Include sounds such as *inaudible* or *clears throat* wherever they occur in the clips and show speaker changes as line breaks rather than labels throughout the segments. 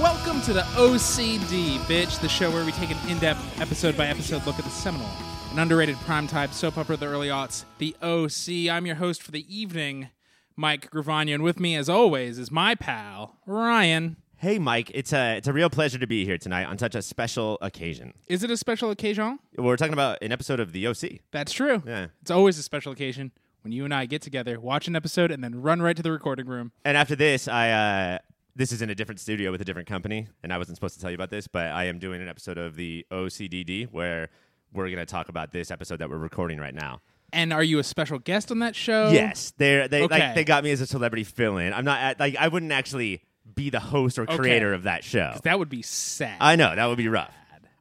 Welcome to the OCD, bitch, the show where we take an in depth, episode by episode look at the seminal, an underrated primetime soap opera of the early aughts, The OC. I'm your host for the evening, Mike Gravano, and with me, as always, is my pal, Ryan.
Hey, Mike. It's a it's a real pleasure to be here tonight on such a special occasion.
Is it a special occasion?
We're talking about an episode of The OC.
That's true.
Yeah.
It's always a special occasion when you and I get together, watch an episode, and then run right to the recording room.
And after this, I uh, this is in a different studio with a different company, and I wasn't supposed to tell you about this, but I am doing an episode of The OCDD where we're going to talk about this episode that we're recording right now.
And are you a special guest on that show?
Yes, they're, they
Oh. Okay.
like they got me as a celebrity fill-in. I'm not at, like I wouldn't actually be the host or creator of that show.
That would be sad.
I know that would be rough.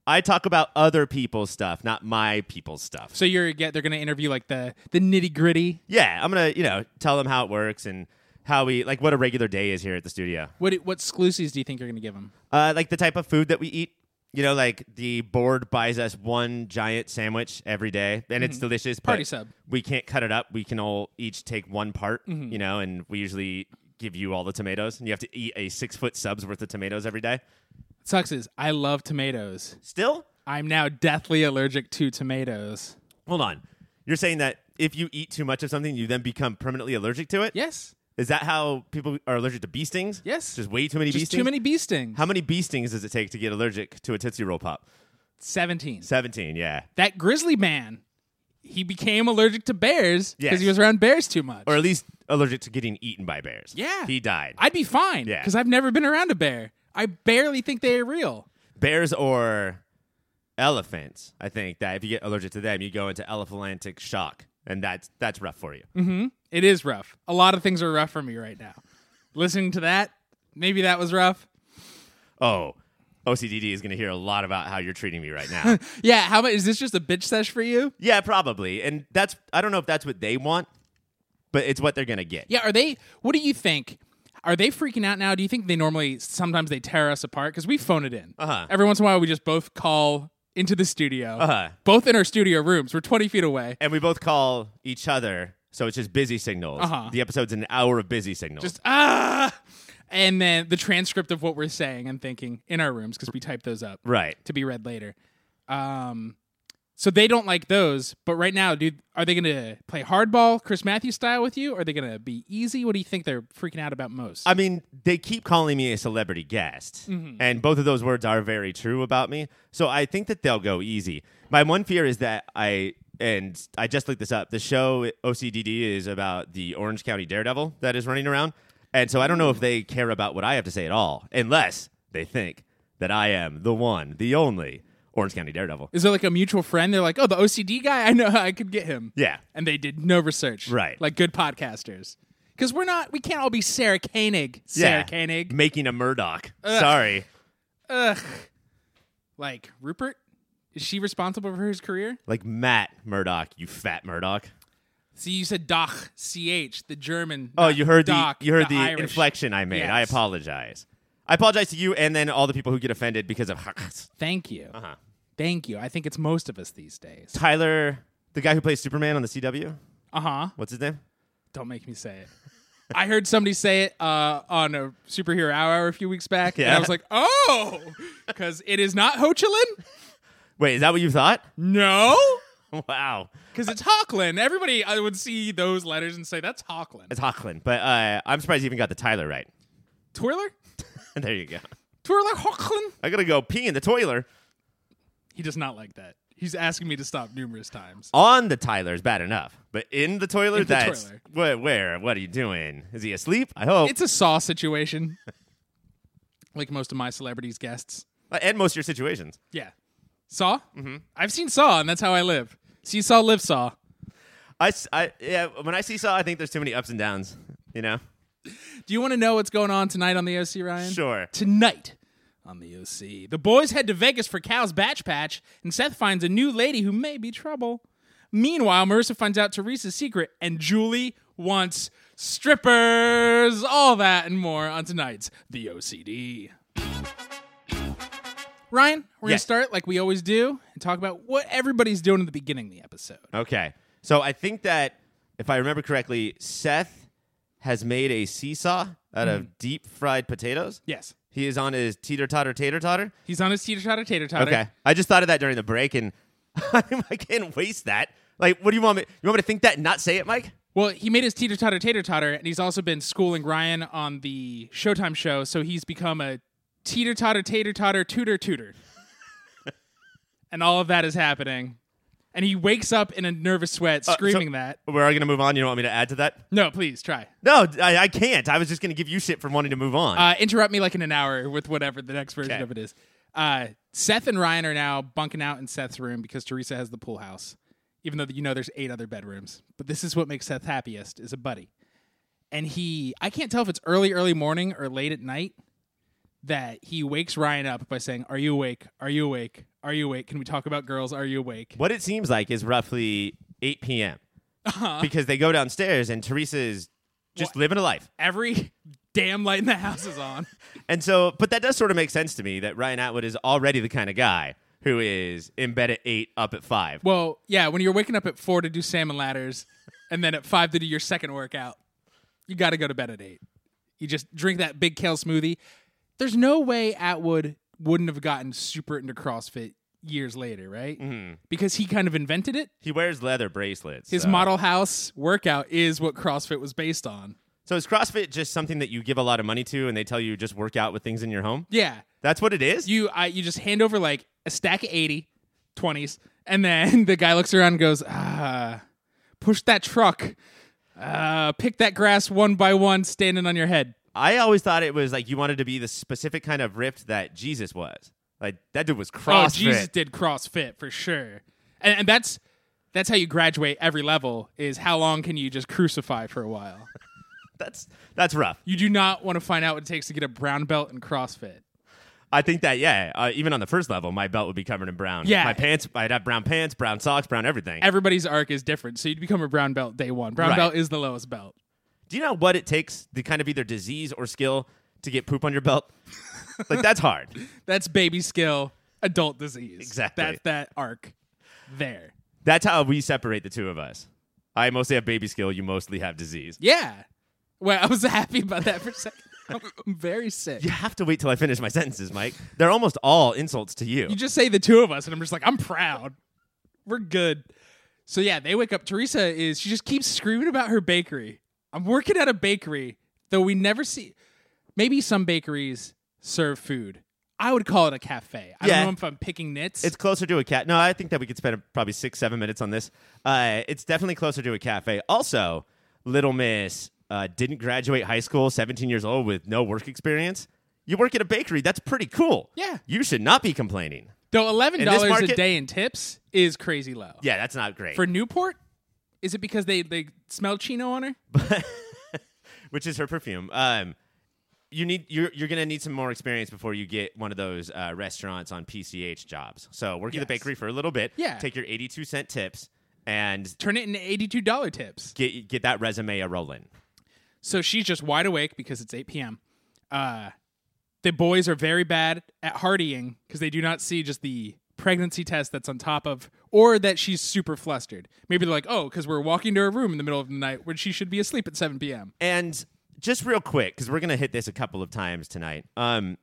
I talk about other people's stuff, not my people's stuff.
so you're get they're gonna interview like the the nitty gritty
yeah, I'm gonna you know tell them how it works and how we like what a regular day is here at the studio.
What what exclusives do you think you're going to give them?
Uh, like the type of food that we eat. You know, like the board buys us one giant sandwich every day, and it's delicious. but
Mm-hmm. Party sub.
We can't cut it up. We can all each take one part.
Mm-hmm.
You know, and we usually give you all the tomatoes, and you have to eat a six foot sub's worth of tomatoes every day.
Sucks is I love tomatoes.
Still,
I'm now deathly allergic to tomatoes.
hold on. You're saying that if you eat too much of something, you then become permanently allergic to it.
Yes,
Is that how people are allergic to bee stings?
Yes.
Just way too many bee
just
stings.
too many bee stings.
How many bee stings does it take to get allergic to a Tootsie Roll Pop?
Seventeen.
17, yeah.
That grizzly man, he became allergic to bears because
Yes.
he was around bears too much.
Or at least allergic to getting eaten by bears.
Yeah.
He died.
I'd be fine
Yeah.
because I've never been around a bear. I barely think they are real.
bears or elephants, I think that if you get allergic to them, you go into elephalantic shock. And that's that's rough for you.
Mm. It is rough. A lot of things are rough for me right now. Listening to that, maybe that was rough.
Oh, OCDD is going to hear a lot about how you're treating me right
*laughs*
now.
Yeah, how about is this just a bitch sesh for you?
yeah, probably. And that's I don't know if that's what they want, but it's what they're going to get.
Yeah, are they? What do you think? Are they freaking out now? Do you think they normally sometimes they tear us apart because we phone it in?
Uh-huh.
Every once in a while, we just both call into the studio.
Uh-huh.
Both in our studio rooms. We're twenty feet away.
And we both call each other, so it's just busy signals.
Uh-huh.
The episode's an hour of busy signals.
Just ah, and then the transcript of what we're saying and thinking in our rooms because we type those up
right.
to be read later. Um, so they don't like those. But right now, dude, are they gonna play hardball, Chris Matthews style with you? Are they gonna be easy? What do you think they're freaking out about most?
I mean, they keep calling me a celebrity guest,
Mm-hmm.
and both of those words are very true about me. So I think that they'll go easy. My one fear is that I and I just looked this up. The show OCDD is about the Orange County Daredevil that is running around, and so I don't know if they care about what I have to say at all, unless they think that I am the one, the only Orange County Daredevil.
Is there like a mutual friend? They're like, oh, the OCD guy. I know *laughs* how I could get him.
Yeah.
and they did no research,
Right.
Like good podcasters, because we're not. We can't all be Sarah Koenig. Sarah
yeah.
Koenig.
making a Murdoch. Sorry,
Ugh. Like Rupert, is she responsible for his career?
like Matt Murdoch, you fat Murdoch.
See, you said Doch Ch, the German.
Oh,
not
you heard
Doc,
the you heard
the,
the,
Irish.
inflection I made. I
Yes.
apologize. I apologize to you and then all the people who get offended because of *laughs*
Thank you. Uh-huh. Thank you. I think it's most of us these days.
Tyler, the guy who plays Superman on the CW.
Uh huh.
What's his name?
Don't make me say it. I heard somebody say it uh, on a superhero hour a few weeks back, and I
Yeah.
was like, "Oh, because it is not Ho Chi Minh?
Wait, is that what you thought? *laughs*
No,
wow,
because it's Hawklin. Everybody I would see those letters and say that's Hawklin.
it's Hocklin. But uh, I'm surprised you even got the Tyler right. *laughs*
Twirler,
there you go.
Twirler Hawklin.
I gotta go pee in the toilet.
He does not like that. He's asking me to stop numerous times.
On the Tyler is bad enough, but in the
In
toilet,
the
that's
toiler.
where, where. What are you doing? Is he asleep? I hope.
It's a saw situation, *laughs* like most of my celebrities' guests.
and most of your situations.
Yeah, Saw. Mm-hmm. I've seen Saw, and that's how I live. See Saw, live Saw.
I, s- I- yeah. When I see saw, I think there's too many ups and downs. You know.
Do you want to know what's going on tonight on the OC, Ryan?
Sure.
Tonight on the OC, the boys head to Vegas for Cal's Batch Patch, and Seth finds a new lady who may be trouble. Meanwhile, Marissa finds out Teresa's secret, and Julie wants strippers. All that and more on tonight's The OCD. Ryan, we're going to
Yes.
start like we always do and talk about what everybody's doing at the beginning of the episode.
Okay. So I think that if I remember correctly, Seth has made a seesaw out of deep fried potatoes
Yes.
He is on his teeter totter tater totter.
He's on his teeter totter tater totter.
Okay. I just thought of that during the break, and *laughs* I can't waste that. Like, what do you want me? You want me to think that and not say it, Mike?
Well, he made his teeter totter tater totter, and he's also been schooling Ryan on the Showtime show, so he's become a teeter totter tater totter tutor tutor. and all of that is happening. And he wakes up in a nervous sweat
so-
screaming that.
We're going to move on. You don't want me to add to that?
No, please try.
No, I, I can't. I was just going to give you shit for wanting to move on.
Uh, interrupt me like in an hour with whatever the next version
Okay.
of it is. Uh, Seth and Ryan are now bunking out in Seth's room because Teresa has the pool house, even though you know there's eight other bedrooms. But this is what makes Seth happiest is a buddy, and he I can't tell if it's early early morning or late at night that he wakes Ryan up by saying, "Are you awake? Are you awake? Are you awake? Can we talk about girls? Are you awake?"
what it seems like is roughly 8 p.m. Because they go downstairs and Teresa is just living a life.
Every *laughs* damn light in the house is on.
And so, but that does sort of make sense to me that Ryan Atwood is already the kind of guy who is in bed at 8, up at 5.
Well, yeah, when you're waking up at four to do salmon ladders and then at five to do your second workout, you got to go to bed at eight. You just drink that big kale smoothie. There's no way Atwood wouldn't have gotten super into CrossFit years later, right? Mm-hmm. Because he kind of invented it.
He wears leather bracelets.
His
so-
model house workout is what CrossFit was based on.
So is CrossFit just something that you give a lot of money to and they tell you just work out with things in your home?
Yeah.
That's what it is?
You I, you just hand over like a stack of 80, 20s, and then *laughs* the guy looks around and goes, ah, push that truck. Uh, pick that grass one by one standing on your head.
I always thought it was like you wanted to be the specific kind of ripped that Jesus was. Like that dude was CrossFit.
Oh, Jesus did CrossFit for sure. And, and that's that's how you graduate every level is how long can you just crucify for a while?
That's that's rough.
You do not want to find out what it takes to get a brown belt in CrossFit.
I think that yeah, uh, even on the first level, my belt would be covered in brown.
Yeah.
my pants. I'd have brown pants, brown socks, brown everything.
Everybody's arc is different, so you'd become a brown belt day one. Brown
Right.
belt is the lowest belt.
Do you know what it takes to kind of either disease or skill to get poop on your belt? like that's hard.
That's baby skill, adult disease.
Exactly.
That's that arc there.
That's how we separate the two of us. I mostly have baby skill. You mostly have disease.
Yeah. Well, I was *laughs* happy about that for a second. I'm very sick.
You have to wait till I finish my *laughs* sentences, Mike. They're almost all insults to you.
You just say the two of us, and I'm just like, I'm proud. We're good. So yeah, they wake up. Teresa is she just keeps screaming about her bakery. I'm working at a bakery, though we never see. Maybe some bakeries serve food. I would call it a cafe. I
Yeah.
don't know if I'm picking nits.
It's closer to a cat. No, I think that we could spend probably six, seven minutes on this. Uh, it's definitely closer to a cafe. Also, Little Miss uh, didn't graduate high school, 17 years old, with no work experience. You work at a bakery. That's pretty cool.
Yeah.
You should not be complaining.
though eleven
this
dollars a
market-
day in tips is crazy low.
Yeah, that's not great.
For Newport, is it because they they smell chino on her?
Which is her perfume. Um, you need you're you're gonna need some more experience before you get one of those uh, restaurants on PCH jobs. So work at the
Yes.
bakery for a little bit.
Yeah.
Take your 82 cent tips and
Turn it into eighty-two dollar tips.
get get that resume a rolling.
So she's just wide awake because it's eight p.m. Uh, the boys are very bad at hardying because they do not see just the pregnancy test that's on top of, or that she's super flustered. Maybe they're like, oh, because we're walking to her room in the middle of the night when she should be asleep at seven p.m.
And just real quick, because we're gonna hit this a couple of times tonight. Um,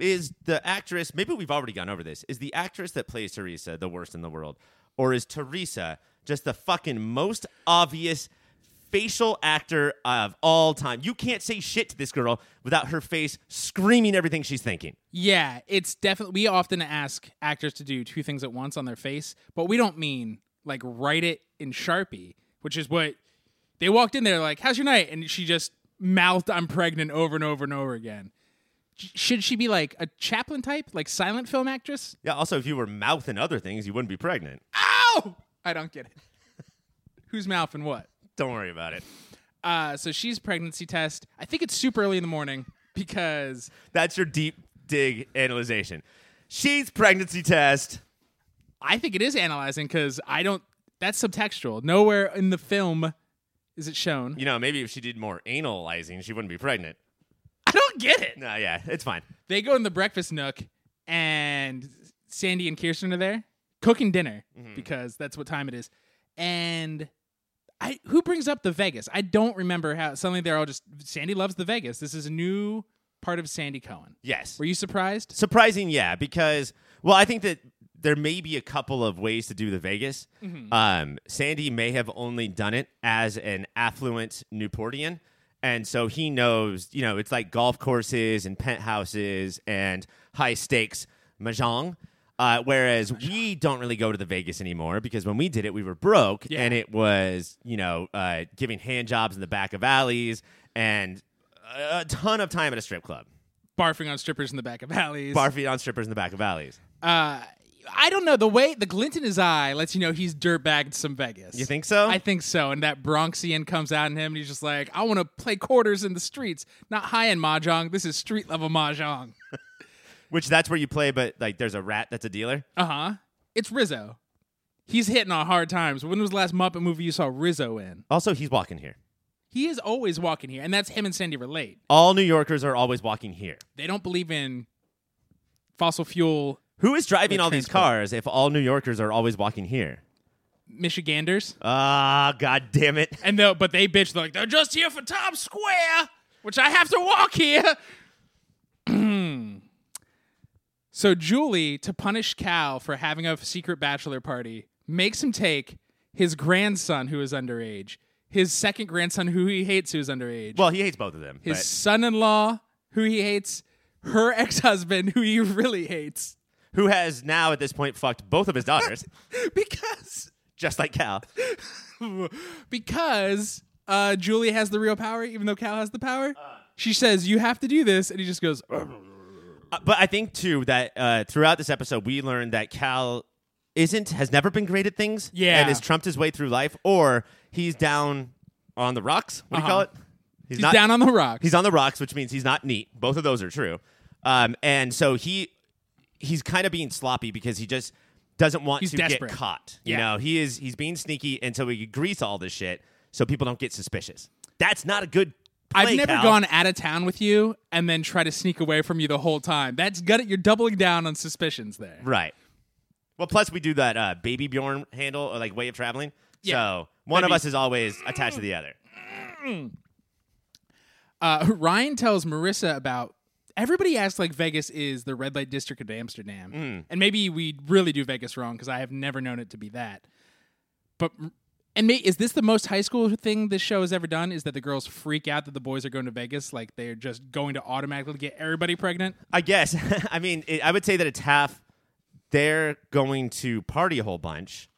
is the actress? Maybe we've already gone over this. Is the actress that plays Teresa the worst in the world, or is Teresa just the fucking most obvious facial actor of all time? You can't say shit to this girl without her face screaming everything she's thinking.
Yeah, it's definitely. We often ask actors to do two things at once on their face, but we don't mean like write it in Sharpie, which is what they walked in there like, "How's your night?" and she just mouthed, "I'm pregnant" over and over and over again. Sh- Should she be like a Chaplin type, like silent film actress?
Yeah. Also, if you were mouthing other things, you wouldn't be pregnant.
Ow! I don't get it. *laughs* Who's mouth and what?
Don't worry about it.
Uh, so she's pregnancy test. I think it's super early in the morning because
That's your deep dig analyzation. She's pregnancy test.
I think it is analyzing because I don't. That's subtextual. Nowhere in the film is it shown.
You know, maybe if she did more analyzing, she wouldn't be pregnant.
*laughs* I don't get it.
No, yeah, it's fine.
They go in the breakfast nook, and Sandy and Kirsten are there cooking dinner because that's what time it is. And I who brings up the Vegas? I don't remember how. Suddenly they're all just Sandy loves the Vegas. This is a new part of Sandy Cohen.
Yes.
Were you surprised?
Surprising, yeah, because well, I think that there may be a couple of ways to do the Vegas. Um, Sandy may have only done it as an affluent Newportian, and so he knows. You know, it's like golf courses and penthouses and high stakes mahjong. Uh, whereas we don't really go to the Vegas anymore because when we did it, we were broke
Yeah.
and it was you know uh, giving hand jobs in the back of alleys and a a ton of time at a strip club,
Barfing on strippers in the back of alleys.
barfing on strippers in the back of alleys.
uh, I don't know. The way the glint in his eye lets you know he's dirtbagged some Vegas.
You think so?
I think so. And that Bronxian comes out in him, and he's just like, I want to play quarters in the streets, not high end mahjong. This is street level mahjong.
Which that's where you play, but like there's a rat that's a dealer.
Uh huh. It's Rizzo. He's hitting on hard times. When was the last Muppet movie you saw Rizzo in?
Also, he's walking here.
He is always walking here, and that's him and Sandy relate.
All New Yorkers are always walking here.
They don't believe in fossil fuel
Who is driving all these
transport.
cars if all New Yorkers are always walking here?
Michiganders.
Ah, god damn it.
And they but they bitch they're like they're just here for Times Square, which I have to walk here. *clears throat* so Julie, to punish Cal for having a secret bachelor party, makes him take his grandson who is underage, his second grandson who he hates who is underage,
*laughs* Well, he hates both of them.
his
but
son-in-law who he hates, her ex-husband who he *laughs* really hates
who has now at this point fucked both of
*laughs*
his daughters,
because
just like Cal.
because uh, Julie has the real power, even though Cal has the power. she says, "You have to do this," and he just goes,
Uh, but I think too that uh, throughout this episode we learned that Cal isn't has never been great at things.
Yeah.
and has trumped his way through life, or he's down on the rocks. What do you call
Uh-huh.
it?
"He's down on the rocks."
He's on the rocks, which means he's not neat. Both of those are true. Um, and so he he's kind of being sloppy because he just doesn't want
He's
to
desperate.
get caught. You
Yeah.
know, he is he's being sneaky until we grease all this shit so people don't get suspicious. That's not a good play,
I've never
Cal.
gone out of town with you and then try to sneak away from you the whole time. That's gonna You're doubling down on suspicions there.
right. Well, plus we do that uh, baby Bjorn handle or like way of traveling.
Yeah.
So one
Baby-
of us is always attached to the other.
Uh, *laughs* Ryan tells Marissa about. Everybody acts like Vegas is the red light district of Amsterdam.
Mm.
And maybe we really do Vegas wrong because I have never known it to be that. But and may, is this the most high school thing this show has ever done? Is that the girls freak out that the boys are going to Vegas, like they're just going to automatically get everybody pregnant?
I guess. *laughs* I mean, it, I would say that it's half they're going to party a whole bunch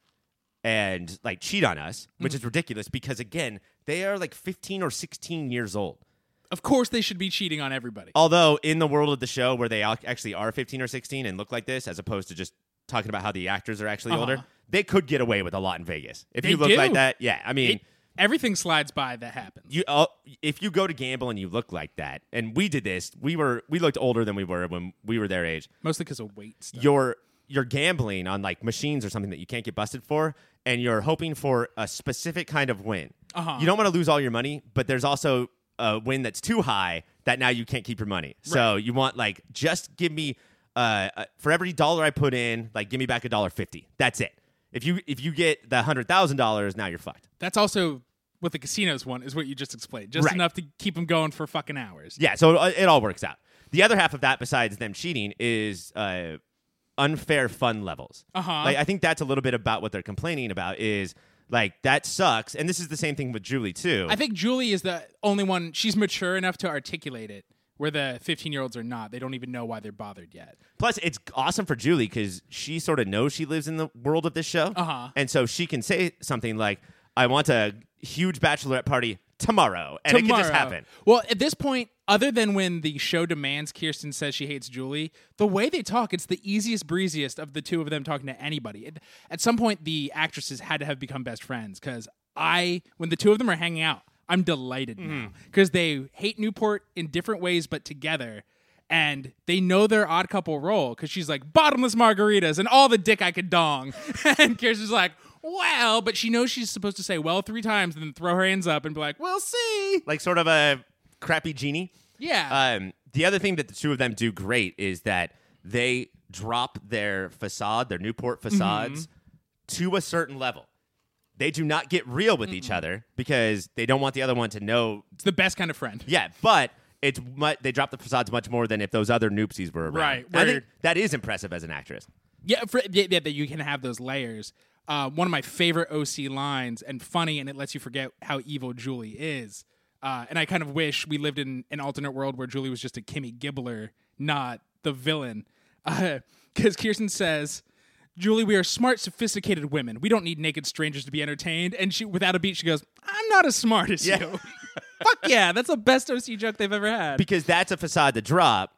and like cheat on us, which
Mm-hmm.
is ridiculous because again, they are like 15 or 16 years old.
Of course, they should be cheating on everybody.
Although in the world of the show where they ac- actually are 15 or 16 and look like this as opposed to just talking about how the actors are actually older, they could get away with a lot in Vegas. If
Uh-huh. They
you look like
do.
that, yeah. I mean,
It- everything slides by that happens.
you uh, if you go to gamble and you look like that, and we did this, we were we looked older than we were when we were their age.
Mostly because of weight stuff.
you're you're gambling on like machines or something that you can't get busted for and you're hoping for a specific kind of win
Uh-huh.
you don't want to lose all your money but there's also a win that's too high that now you can't keep your money so you want like just give me uh, uh, for every dollar i put in like give me back a dollar fifty that's it if you if you get the hundred thousand dollars now you're fucked
That's also what the casinos one is what you just explained. Just
Right.
enough to keep them going for fucking hours.
Yeah, so uh, it all works out. The other half of that, besides them cheating, is uh, unfair fun levels.
Uh-huh.
Like I think that's a little bit about what they're complaining about is like that sucks, and this is the same thing with Julie too.
I think Julie is the only one. She's mature enough to articulate it, where the 15 year olds are not. They don't even know why they're bothered yet.
Plus, it's awesome for Julie because she sort of knows she lives in the world of this show,
Uh-huh.
and so she can say something like, "I want a huge bachelorette party tomorrow," and it can just
Tomorrow.
happen.
Well, at this point, other than when the show demands Kirsten says she hates Julie, the way they talk, it's the easiest breeziest of the two of them talking to anybody. At- At some point, the actresses had to have become best friends because I, when the two of them are hanging out, I'm delighted
Mm-hmm.
now because they hate Newport in different ways, but together. And they know their odd couple role because she's like bottomless margaritas and all the dick I could dong, *laughs* and Kirsten's like, well, but she knows she's supposed to say well three times and then throw her hands up and be like, we'll see.
Like sort of a crappy genie.
Yeah.
Um, the other thing that the two of them do great is that they drop their facade, their Newport
Mm-hmm.
facades, to a certain level. They do not get real with each other because they don't want the other one to know.
it's the best kind of friend.
Yeah, but it's mu- they drop the facades much more than if those other noopsies were around.
Right,
And I
word.
think that is impressive as an actress.
Yeah, for, yeah, yeah, that you can have those layers. Uh, one of my favorite OC lines, and funny, and it lets you forget how evil Julie is. Uh, and I kind of wish we lived in an alternate world where Julie was just a Kimmy Gibbler, not the villain. *laughs* Because Kirsten says, "Julie, we are smart, sophisticated women. We don't need naked strangers to be entertained." And she, without a beat, she goes, "I'm not as smart as you." *laughs* Fuck yeah, that's the best OC joke they've ever had.
because that's a facade to drop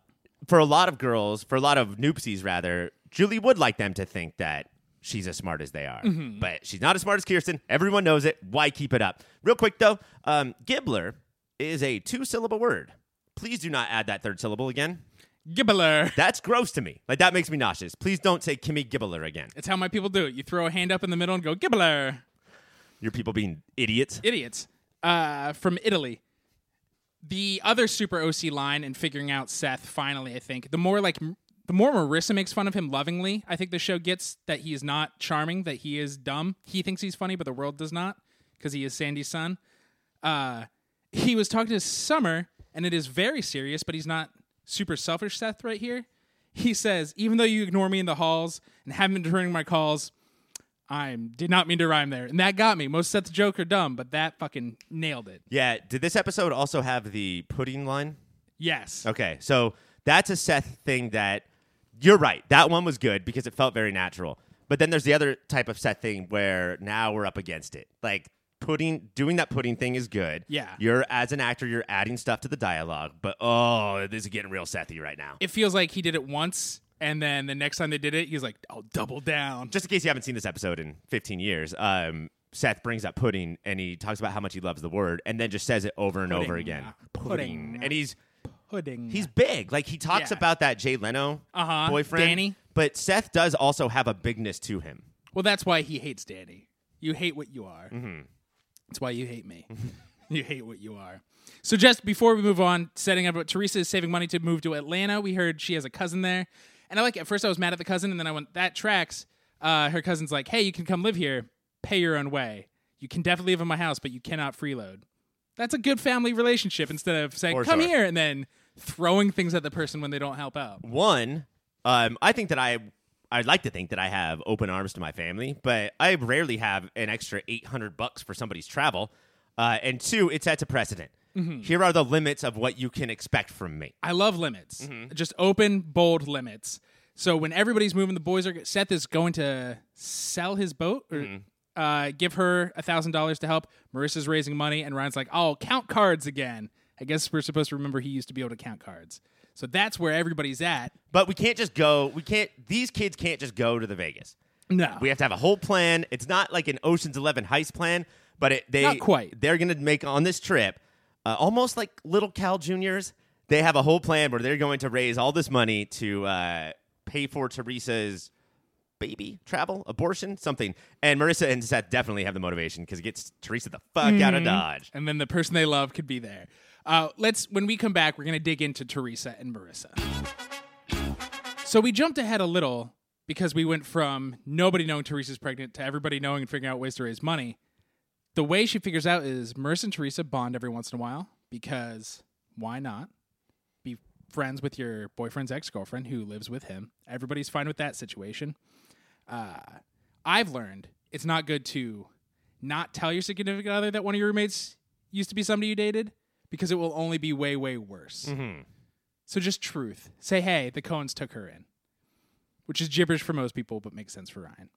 for a lot of girls, for a lot of noopsies rather. Julie would like them to think that she's as smart as they are, but she's not as smart as Kirsten. Everyone knows it. Why keep it up? Real quick though, um, Gibbler is a two-syllable word. Please do not add that third syllable again.
Gibbler.
That's gross to me. Like that makes me nauseous. Please don't say Kimmy Gibbler again.
That's how my people do it. You throw a hand up in the middle and go Gibbler.
Your people being idiots.
idiots uh, from Italy. The other super OC line and figuring out Seth finally, I think the more like m- the more Marissa makes fun of him lovingly, I think the show gets that he is not charming, that he is dumb. He thinks he's funny, but the world does not because he is Sandy's son. Uh, he was talking to Summer, and it is very serious, but he's not super selfish. Seth, right here, he says, even though you ignore me in the halls and haven't been returning my calls, I did not mean to rhyme there, and that got me. Most Seth's joke are dumb, but that fucking nailed it.
Yeah. Did this episode also have the pudding line?
Yes.
Okay, so that's a Seth thing that you're right. That one was good because it felt very natural. But then there's the other type of Seth thing where now we're up against it. Like putting doing that pudding thing is good.
Yeah.
You're as an actor, you're adding stuff to the dialogue, but oh, this is getting real Sethy right now.
It feels like he did it once, and then the next time they did it, he was like, "I'll double down."
Just in case you haven't seen this episode in 15 years, um, Seth brings up pudding and he talks about how much he loves the word and then just says it over and over
Pudding.
again.
Pudding.
And he's
Pudding.
He's big. Like he talks
Yeah.
about that Jay Leno
Uh-huh.
boyfriend,
Danny.
But Seth does also have a bigness to him.
well, that's why he hates Danny. You hate what you are. That's why you hate me. *laughs* you hate what you are. So just before we move on, setting up. Teresa is saving money to move to Atlanta. We heard she has a cousin there, and I like. At first, I was mad at the cousin, and then I went, "That tracks." Uh, her cousin's like, "Hey, you can come live here. Pay your own way. You can definitely live in my house, but you cannot freeload." That's a good family relationship instead of saying,
For
"Come
sure.
here," and then throwing things at the person when they don't help out.
One, um, I think that I I'd like to think that I have open arms to my family, but I rarely have an extra eight hundred bucks for somebody's travel. Uh, and two, it sets a precedent.
Mm-hmm.
Here are the limits of what you can expect from me.
I love limits. Just open, bold limits. So when everybody's moving, the boys are Seth is going to sell his boat or uh, give her a thousand dollars to help. Marissa's raising money, and Ryan's like, "Oh, count cards again." I guess we're supposed to remember he used to be able to count cards. So that's where everybody's at.
But we can't just go. We can't. These kids can't just go to the Vegas.
No,
We have to have a whole plan. It's not like an Ocean's Eleven heist plan, but it, they
Not quite.
They're going to make on this trip uh, almost like little Cal Juniors. They have a whole plan where they're going to raise all this money to uh, pay for Teresa's baby travel, abortion, something. And Marissa and Seth definitely have the motivation because it gets Teresa the fuck out
Mm-hmm.
of Dodge.
and then the person they love could be there. Uh, let's when we come back, we're gonna dig into Teresa and Marissa. So we jumped ahead a little because we went from nobody knowing Teresa's pregnant to everybody knowing and figuring out ways to raise money. The way she figures out is Marissa and Teresa bond every once in a while because why not? Be friends with your boyfriend's ex girlfriend who lives with him. Everybody's fine with that situation. I've learned it's not good to not tell your significant other that one of your roommates used to be somebody you dated because it will only be way, way worse. So just truth. Say, hey, the Cohens took her in, which is gibberish for most people, but makes sense for Ryan.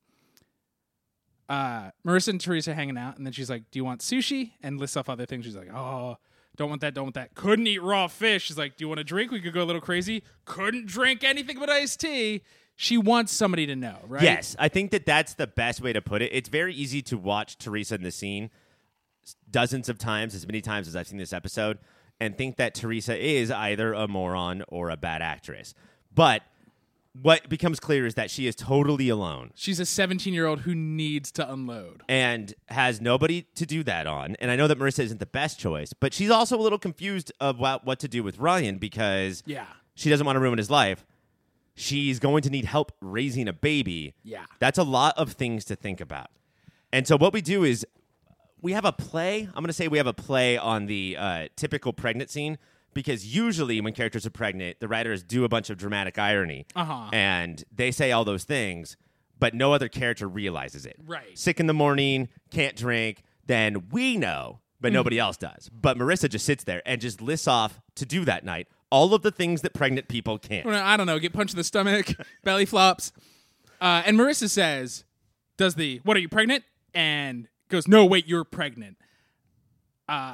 Uh, Marissa and Teresa hanging out, and then she's like, Do you want sushi? And lists off other things. She's like, Oh, don't want that, don't want that. Couldn't eat raw fish. She's like, Do you want a drink? We could go a little crazy. Couldn't drink anything but iced tea. She wants somebody to know, right?
Yes, I think that that's the best way to put it. It's very easy to watch Teresa in the scene s- dozens of times, as many times as I've seen this episode, and think that Teresa is either a moron or a bad actress. But what becomes clear is that she is totally alone
She's a 17 year old who needs to unload.
and has nobody to do that on. And I know that Marissa isn't the best choice, but she's also a little confused about what to do with Ryan because
Yeah.
she doesn't want to ruin his life. She's going to need help raising a baby.
Yeah.
That's a lot of things to think about. And so what we do is we have a play. I'm going to say we have a play on the uh, typical pregnant scene because usually when characters are pregnant, the writers do a bunch of dramatic irony,
Uh-huh.
and they say all those things, but no other character realizes it.
Right.
Sick in the morning, can't drink. Then we know, but nobody else does. But Marissa just sits there and just lists off to do that night all of the things that pregnant people can't.
Or, I don't know, get punched in the stomach, *laughs* belly flops. Uh, and Marissa says, does the, what are you pregnant? And goes, no, wait, you're pregnant. Uh,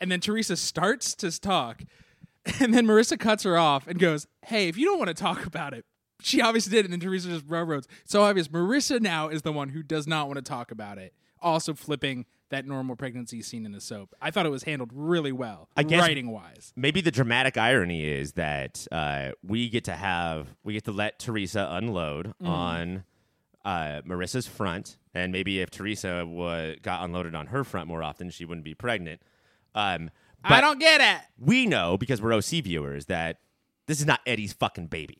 and then Teresa starts to talk. *laughs* And then Marissa cuts her off and goes, hey, if you don't want to talk about it, she obviously did. And then Teresa just railroads. So obvious. Marissa now is the one who does not want to talk about it. Also flipping that normal pregnancy scene in the soap. I thought it was handled really well, I
guess-
writing wise.
maybe the dramatic irony is that uh, we get to have we get to let Teresa unload on uh, Marissa's front, and maybe if Teresa wa got unloaded on her front more often, she wouldn't be pregnant. Um,
I
but
don't get it.
we know because we're OC viewers that this is not Eddie's fucking baby.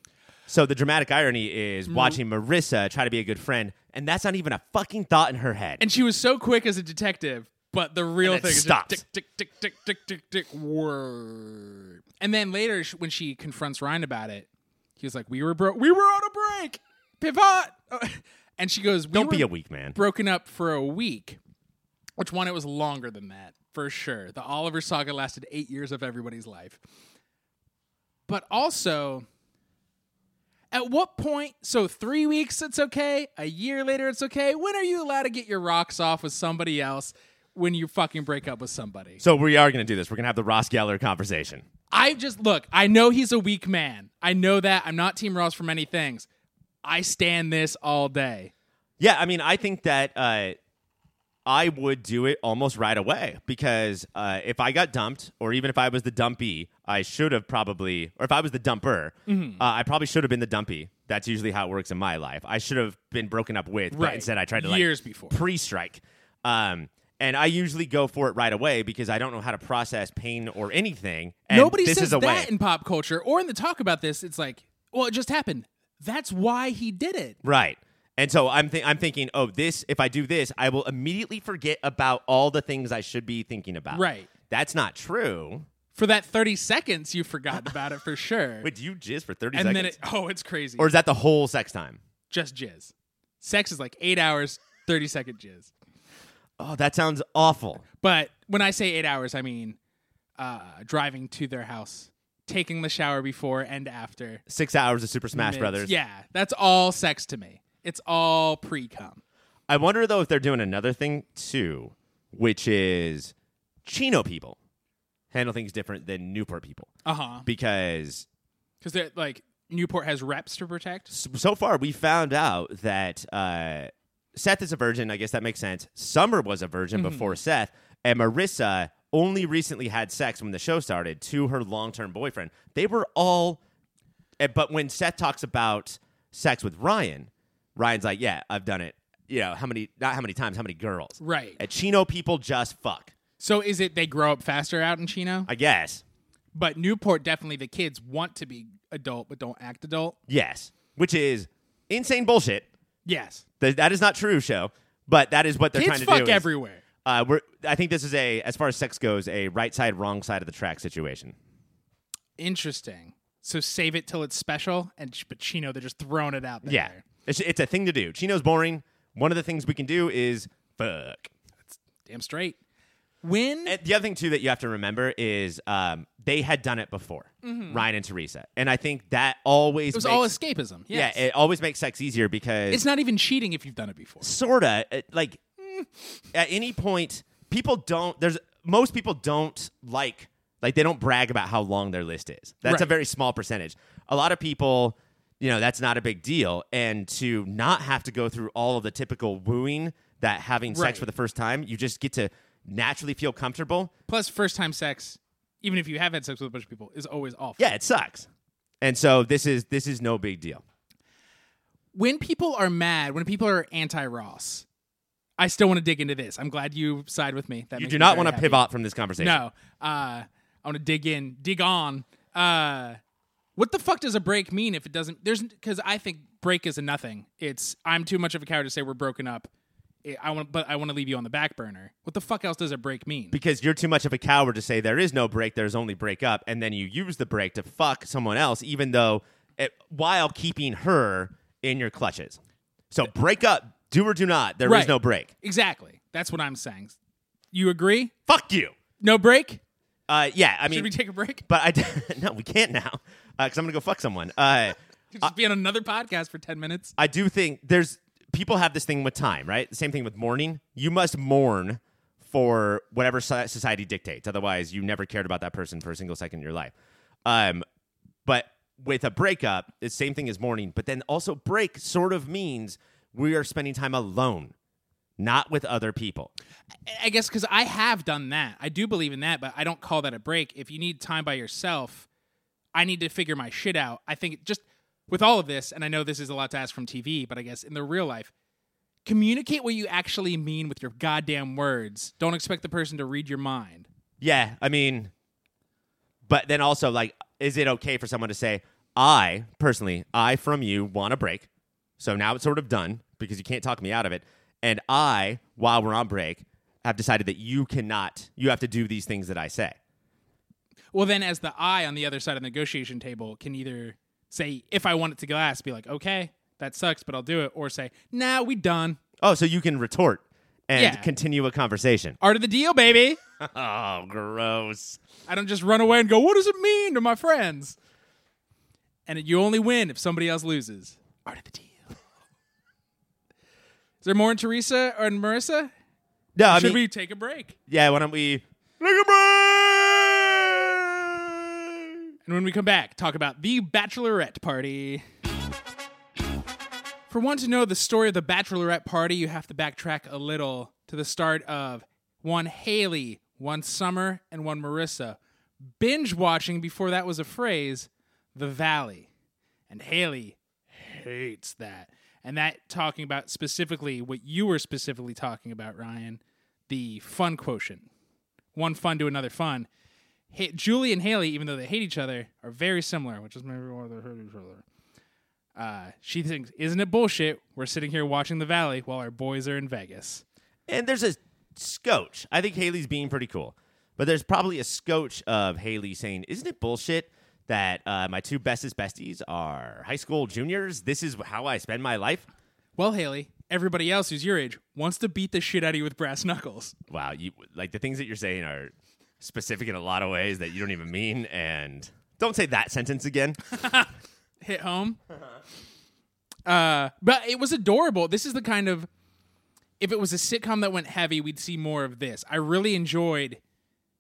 So the dramatic irony is
Mm-hmm.
watching Marissa try to be a good friend, and that's not even a fucking thought in her head.
And she was so quick as a detective, but the real
And then
thing is just
stopped.
tick, tick, tick, tick, tick, tick, tick, word. And then later, sh- when she confronts Ryan about it, he was like, "We were bro, we were on a break, pivot." *laughs* Oh, And she goes, we
don't be
were
a weak man.
broken up for a week." Which one? It was longer than that for sure. The Oliver saga lasted eight years of everybody's life, but also. At what point? So three weeks, it's okay. A year later, it's okay. When are you allowed to get your rocks off with somebody else when you fucking break up with somebody?
So we are going to do this. We're going to have the Ross Geller conversation.
I just look. I know he's a weak man. I know that. I'm not Team Ross for many things. I stand this all day.
Yeah, I mean, I think that uh, I would do it almost right away because uh, if I got dumped, or even if I was the dumpy, I should have probably, or if I was the dumper,
Mm-hmm.
uh, I probably should have been the dumpy. That's usually how it works in my life. I should have been broken up with, but
Right.
instead I tried to
Years
like
before.
pre-strike. Um, and I usually go for it right away because I don't know how to process pain or anything. And
Nobody
this
says
is a
that
way.
in pop culture or in the talk about this. It's like, well, it just happened. That's why he did it.
Right. And so I'm thi- I'm thinking, oh, this if I do this, I will immediately forget about all the things I should be thinking about.
Right.
That's not true.
For that 30 seconds, you
*laughs*
forgot about it for sure.
Wait, do you jizz for 30
and
seconds?
then it, oh, it's crazy.
or is that the whole sex time?
just jizz. Sex is like eight hours, 30 second jizz.
Oh, that sounds awful.
But when I say eight hours, I mean uh, driving to their house, taking the shower before and after.
Six hours of Super Smash
It's-
Brothers.
Yeah, that's all sex to me. It's all pre cum.
I wonder though if they're doing another thing too, which is Chino people handle things different than Newport people
Uh huh.
because
Because they're like, Newport has reps to protect.
s- so far we found out that uh, Seth is a virgin. I guess that makes sense. Summer was a virgin
Mm-hmm.
before Seth, and Marissa only recently had sex when the show started to her long-term boyfriend. They were all, eh, but when Seth talks about sex with Ryan, Ryan's like, "Yeah, I've done it. You know, how many? Not how many times. How many girls?
Right.
Eh, Chino people just fuck.
So is it they grow up faster out in Chino?
I guess.
But Newport definitely the kids want to be adult but don't act adult.
Yes. Which is insane bullshit.
Yes.
Th- That is not true, show. But that is what they're
Kids
trying to
fuck
do. is-
everywhere.
Uh, we're, I think this is a, as far as sex goes, a right side, wrong side of the track situation.
Interesting. So save it till it's special, and ch- but Chino, they're just throwing it out there.
Yeah. It's, it's a thing to do. Chino's boring. One of the things we can do is fuck.
damn straight. When
And the other thing, too, that you have to remember is um, they had done it before, Ryan and Teresa. And I think that always
Mm-hmm. it was
makes,
all escapism. Yes.
Yeah, it always makes sex easier because
it's not even cheating if you've done it before.
sort of uh, like at any point people don't there's most people don't like like they don't brag about how long their list is that's a
Right.
very small percentage a lot of people you know that's not a big deal and to not have to go through all of the typical wooing that having
Right.
sex for the first time you just get to naturally feel comfortable
Plus, first time sex, even if you have had sex with a bunch of people, is always awful.
yeah it sucks and so this is this is no big deal
When people are mad, when people are anti Ross, I still want to dig into this. I'm glad you side with me. That
you do not want to pivot from this conversation
No. Uh, I want to dig in, dig on. Uh, what the fuck does a break mean if it doesn't? There's because I think break is a nothing. It's I'm too much of a coward to say we're broken up. eh, I want, but I want to leave you on the back burner. What the fuck else does a break mean?
because you're too much of a coward to say there is no break, there's only break up, and then you use the break to fuck someone else, even though it, while keeping her in your clutches. So break up, do or do not. There is
Right.
no break.
exactly. That's what I'm saying. You agree?
Fuck you.
No break?
Uh, yeah, I
Should
mean,
we take a break?
but I *laughs* d- no, we can't now because I'm gonna go fuck someone. Uh,
Could Just be on another podcast for ten minutes.
I do think there's people have this thing with time, right? The same thing with mourning. You must mourn for whatever so- society dictates. Otherwise, you never cared about that person for a single second in your life. Um, but with a breakup, the same thing as mourning. But then also, break sort of means we are spending time alone, not with other people.
I guess because I have done that. I do believe in that, but I don't call that a break. If you need time by yourself, I need to figure my shit out. I think just with all of this, and I know this is a lot to ask from TV, but I guess in the real life, communicate what you actually mean with your goddamn words. Don't expect the person to read your mind.
Yeah, I mean, but then also, like, is it okay for someone to say, I personally, I from you want a break. So now it's sort of done because you can't talk me out of it. And I, while we're on break, have decided that you cannot, you have to do these things that I say.
Well, then, as the I on the other side of the negotiation table can either say, if I want it to glass, be like, okay, that sucks, but I'll do it, or say, nah, we done.
Oh, so you can retort and
Yeah.
continue a conversation.
Art of the deal, baby.
*laughs* Oh, gross.
I don't just run away and go, what does it mean to my friends? And you only win if somebody else loses. Art of the deal. *laughs* Is there more in Teresa or in Marissa?
No, I
Should
mean,
we take a break?
yeah, why don't we. Take a break!
And when we come back, talk about the bachelorette party. For one to know the story of the bachelorette party, you have to backtrack a little to the start of one Haley, one Summer, and one Marissa. Binge watching, before that was a phrase, The Valley. And Haley hates that. And that talking about specifically what you were specifically talking about, Ryan, the fun quotient. One fun to another fun. Ha- Julie and Haley, even though they hate each other, are very similar, which is maybe why they hate each other. Uh, she thinks, "Isn't it bullshit? We're sitting here watching the Valley while our boys are in Vegas."
and there's a scotch. I think Haley's being pretty cool, but there's probably a scotch of Haley saying, "Isn't it bullshit that uh, my two bestest besties are high school juniors? This is how I spend my life."
Well, Haley, everybody else who's your age wants to beat the shit out of you with brass knuckles.
Wow, you like the things that you're saying are specific in a lot of ways that you don't even mean, and don't say that sentence again.
Hit home. Uh, but it was adorable. This is the kind of if it was a sitcom that went heavy, we'd see more of this. I really enjoyed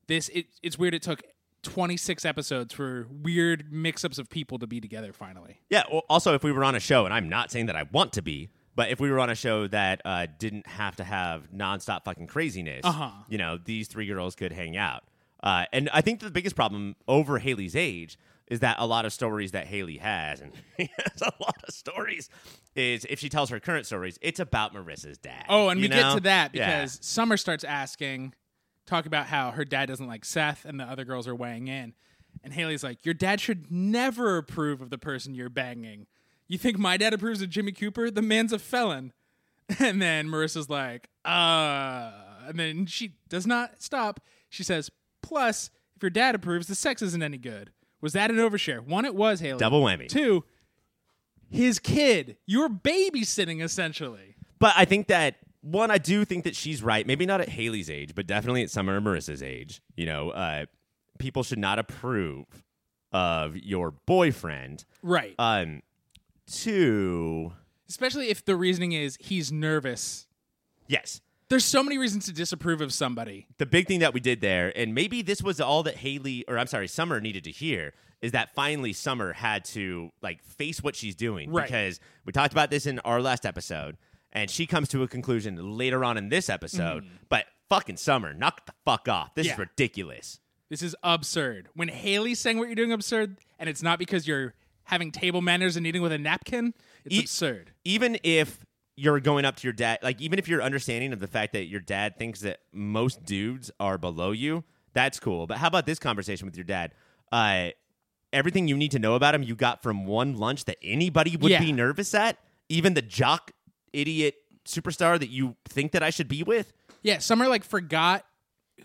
this. It, it's weird. It took. 26 episodes for weird mix-ups of people to be together finally.
Yeah. Well, also, if we were on a show, and I'm not saying that I want to be, but if we were on a show that uh, didn't have to have nonstop fucking craziness,
Uh-huh.
you know, these three girls could hang out. Uh, and I think the biggest problem over Haley's age is that a lot of stories that Haley has, and *laughs* she has a lot of stories, is if she tells her current stories, it's about Marissa's dad.
Oh, and
you
we get
know?
to that
Yeah.
because Summer starts asking, talk about how her dad doesn't like Seth, and the other girls are weighing in. And Haley's like, Your dad should never approve of the person you're banging. You think my dad approves of Jimmy Cooper? The man's a felon. *laughs* And then Marissa's like, Uh. And then she does not stop. She says, Plus, if your dad approves, the sex isn't any good. Was that an overshare? One, it was, Haley.
double whammy.
Two, his kid. You're babysitting, essentially.
But I think that one, I do think that she's right. Maybe not at Haley's age, but definitely at Summer and Marissa's age. You know, uh, people should not approve of your boyfriend.
Right.
Um, two,
especially if the reasoning is he's nervous.
yes,
There's so many reasons to disapprove of somebody.
the big thing that we did there, and maybe this was all that Haley, or I'm sorry, Summer needed to hear, is that finally Summer had to like face what she's doing.
Right.
Because we talked about this in our last episode, and she comes to a conclusion later on in this episode. But fucking Summer, knock the fuck off. This
Mm-hmm. Yeah.
is ridiculous.
This is absurd. When Haley's saying what you're doing absurd, and it's not because you're having table manners and eating with a napkin, it's
E-
absurd.
even if you're going up to your dad, like even if you're understanding of the fact that your dad thinks that most dudes are below you, that's cool. But how about this conversation with your dad? Uh, everything you need to know about him, you got from one lunch that anybody would
Yeah.
be nervous at, even the jock idiot superstar that you think that I should be with?
Yeah, Summer like forgot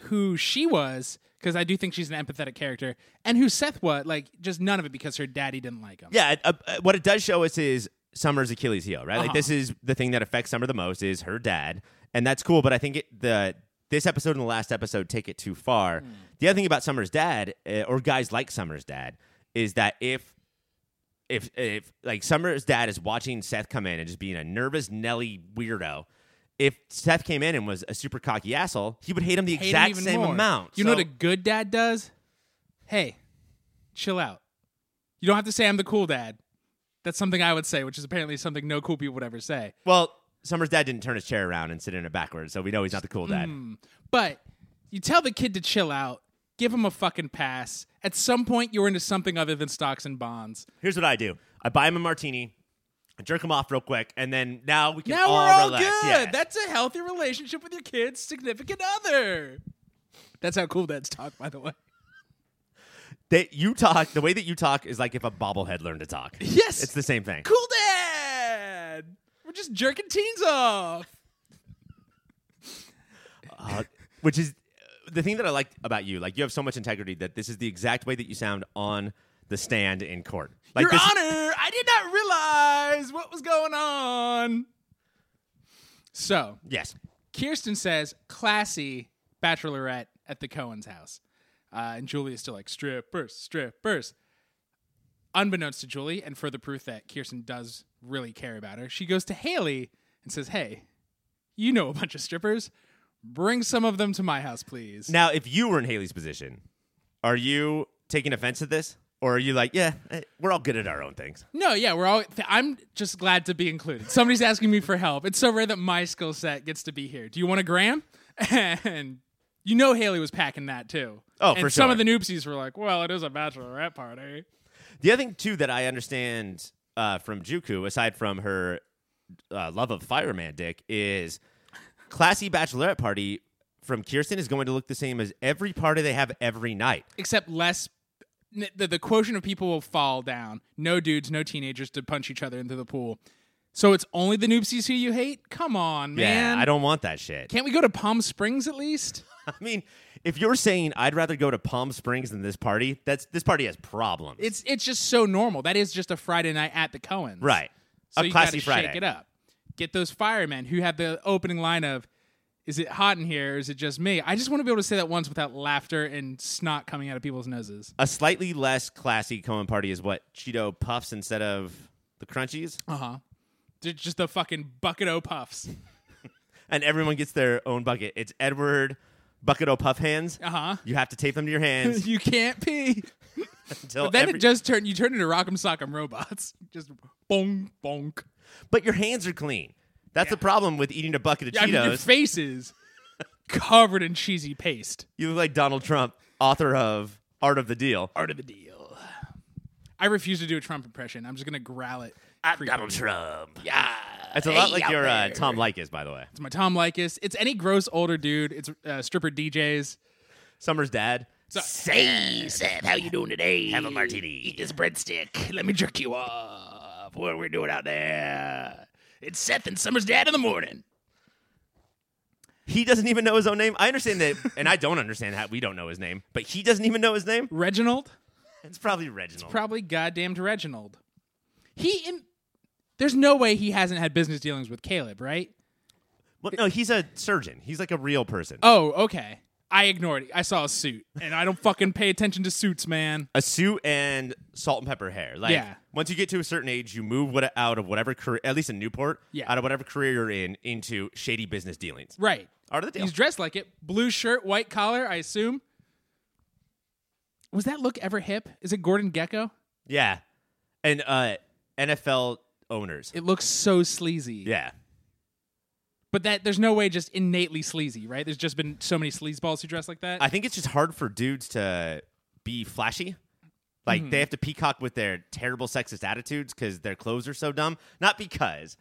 who she was because I do think she's an empathetic character, and who Seth was like just none of it because her daddy didn't like him.
Yeah, it- uh, uh, what it does show us is Summer's Achilles heel, right? Like
Uh-huh.
this is the thing that affects Summer the most is her dad, and that's cool. But I think it, the this episode and the last episode take it too far.
Hmm.
The other thing about Summer's dad, uh, or guys like Summer's dad, is that if if if like Summer's dad is watching Seth come in and just being a nervous Nelly weirdo. If Seth came in and was a super cocky asshole, he would hate him the
Hate him
exact
even
same
more.
amount.
You know what
So-
a good dad does? Hey, chill out. You don't have to say I'm the cool dad. That's something I would say, which is apparently something no cool people would ever say.
well, Summer's dad didn't turn his chair around and sit in it backwards, so we know he's not the cool dad.
But you tell the kid to chill out, give him a fucking pass. At some point, you're into something other than stocks and bonds.
Here's what I do: I buy him a martini, I jerk him off real quick, and then now we can
Now
all
we're all
relax.
good.
Yeah.
That's a healthy relationship with your kid's significant other. That's how cool dads talk, by the way.
that you talk. The way that you talk is like if a bobblehead learned to talk.
Yes.
it's the same thing.
Cool dad. We're just jerking teens off.
Uh, which is uh, the thing that I like about you. Like you have so much integrity that this is the exact way that you sound on the stand in court. Like
Your
this,
Honor, I did not realize what was going on. So,
Yes.
Kirsten says, classy bachelorette at the Cohen's house. Uh, and Julie is still like, strippers, strippers. Unbeknownst to Julie, and further proof that Kirsten does really care about her, she goes to Haley and says, hey, you know a bunch of strippers. Bring some of them to my house, please.
Now, if you were in Haley's position, are you taking offense at this, or are you like, yeah, eh, we're all good at our own things?
No, yeah, we're all. Th- I'm just glad to be included. Somebody's asking me for help. It's so rare that my skill set gets to be here. Do you want a gram? *laughs* And you know Haley was packing that too.
Oh,
and
for
Some
sure.
of the noobsies were like, "Well, it is a bachelorette party."
The other thing too that I understand uh, from Juku, aside from her uh, love of fireman dick, is classy bachelorette party from Kirsten is going to look the same as every party they have every night.
Except less. n- The, the quotient of people will fall down. No dudes, no teenagers to punch each other into the pool. So it's only the noobsies who you hate. Come on, man.
Yeah, I don't want that shit.
Can't we go to Palm Springs at least?
*laughs* I mean, if you're saying I'd rather go to Palm Springs than this party, that's this party has problems.
It's it's just so normal. That is just a Friday night at the Cohens.
right.
So
a
you
classy
gotta
Friday.
shake it up. Get those firemen who have the opening line of "Is it hot in here? Or is it just me?" I just want to be able to say that once without laughter and snot coming out of people's noses.
A slightly less classy Cohen party is what Cheeto puffs instead of the crunchies,
Uh huh. Just the fucking bucket o
*laughs*
puffs.
and everyone gets their own bucket. It's Edward Bucket O Puff Hands.
Uh huh.
You have to tape them to your
*laughs*
hands.
you can't pee.
until
But then
every-
it just turn you turn into Rock'em Sock'em robots. *laughs* Just bonk bonk.
but your hands are clean. That's the problem with eating a bucket of
Yeah, I mean, your
Cheetos.
face is *laughs* covered in cheesy paste.
you look like Donald Trump, author of Art of the Deal.
Part of the deal. I refuse to do a Trump impression. I'm just gonna growl it. frequently.
Trump. Yeah. That's a lot like your uh, Tom Likas, by the way.
It's my Tom Likas. It's any gross older dude. It's uh, stripper DJs.
Summer's dad.
Say, Seth, how you doing today? Have
a martini.
Eat this breadstick. Let me jerk you off. What are we doing out there? It's Seth and Summer's dad in the morning.
He doesn't even know his own name. I understand that, *laughs* and I don't understand how we don't know his name, but he doesn't even know his name.
Reginald,
It's probably Reginald.
probably goddamned Reginald. He in. There's no way he hasn't had business dealings with Caleb, right?
well, no, he's a surgeon. He's like a real person.
Oh, okay. I ignored it. I saw a suit, and I don't fucking pay attention to suits, man.
a suit and salt and pepper hair. Like
Yeah.
once you get to a certain age, you move what out of whatever career, at least in Newport,
Yeah.
out of whatever career you're in into shady business dealings.
Right.
Art of the deal.
He's dressed like it. Blue shirt, white collar. I assume. Was that look ever hip? Is it Gordon Gecko?
yeah, and uh, NFL owners.
It looks so sleazy.
yeah,
But that there's no way just innately sleazy, right? There's just been so many sleazeballs who dress like that.
I think it's just hard for dudes to be flashy. Like
Mm-hmm.
they have to peacock with their terrible sexist attitudes because their clothes are so dumb. Not because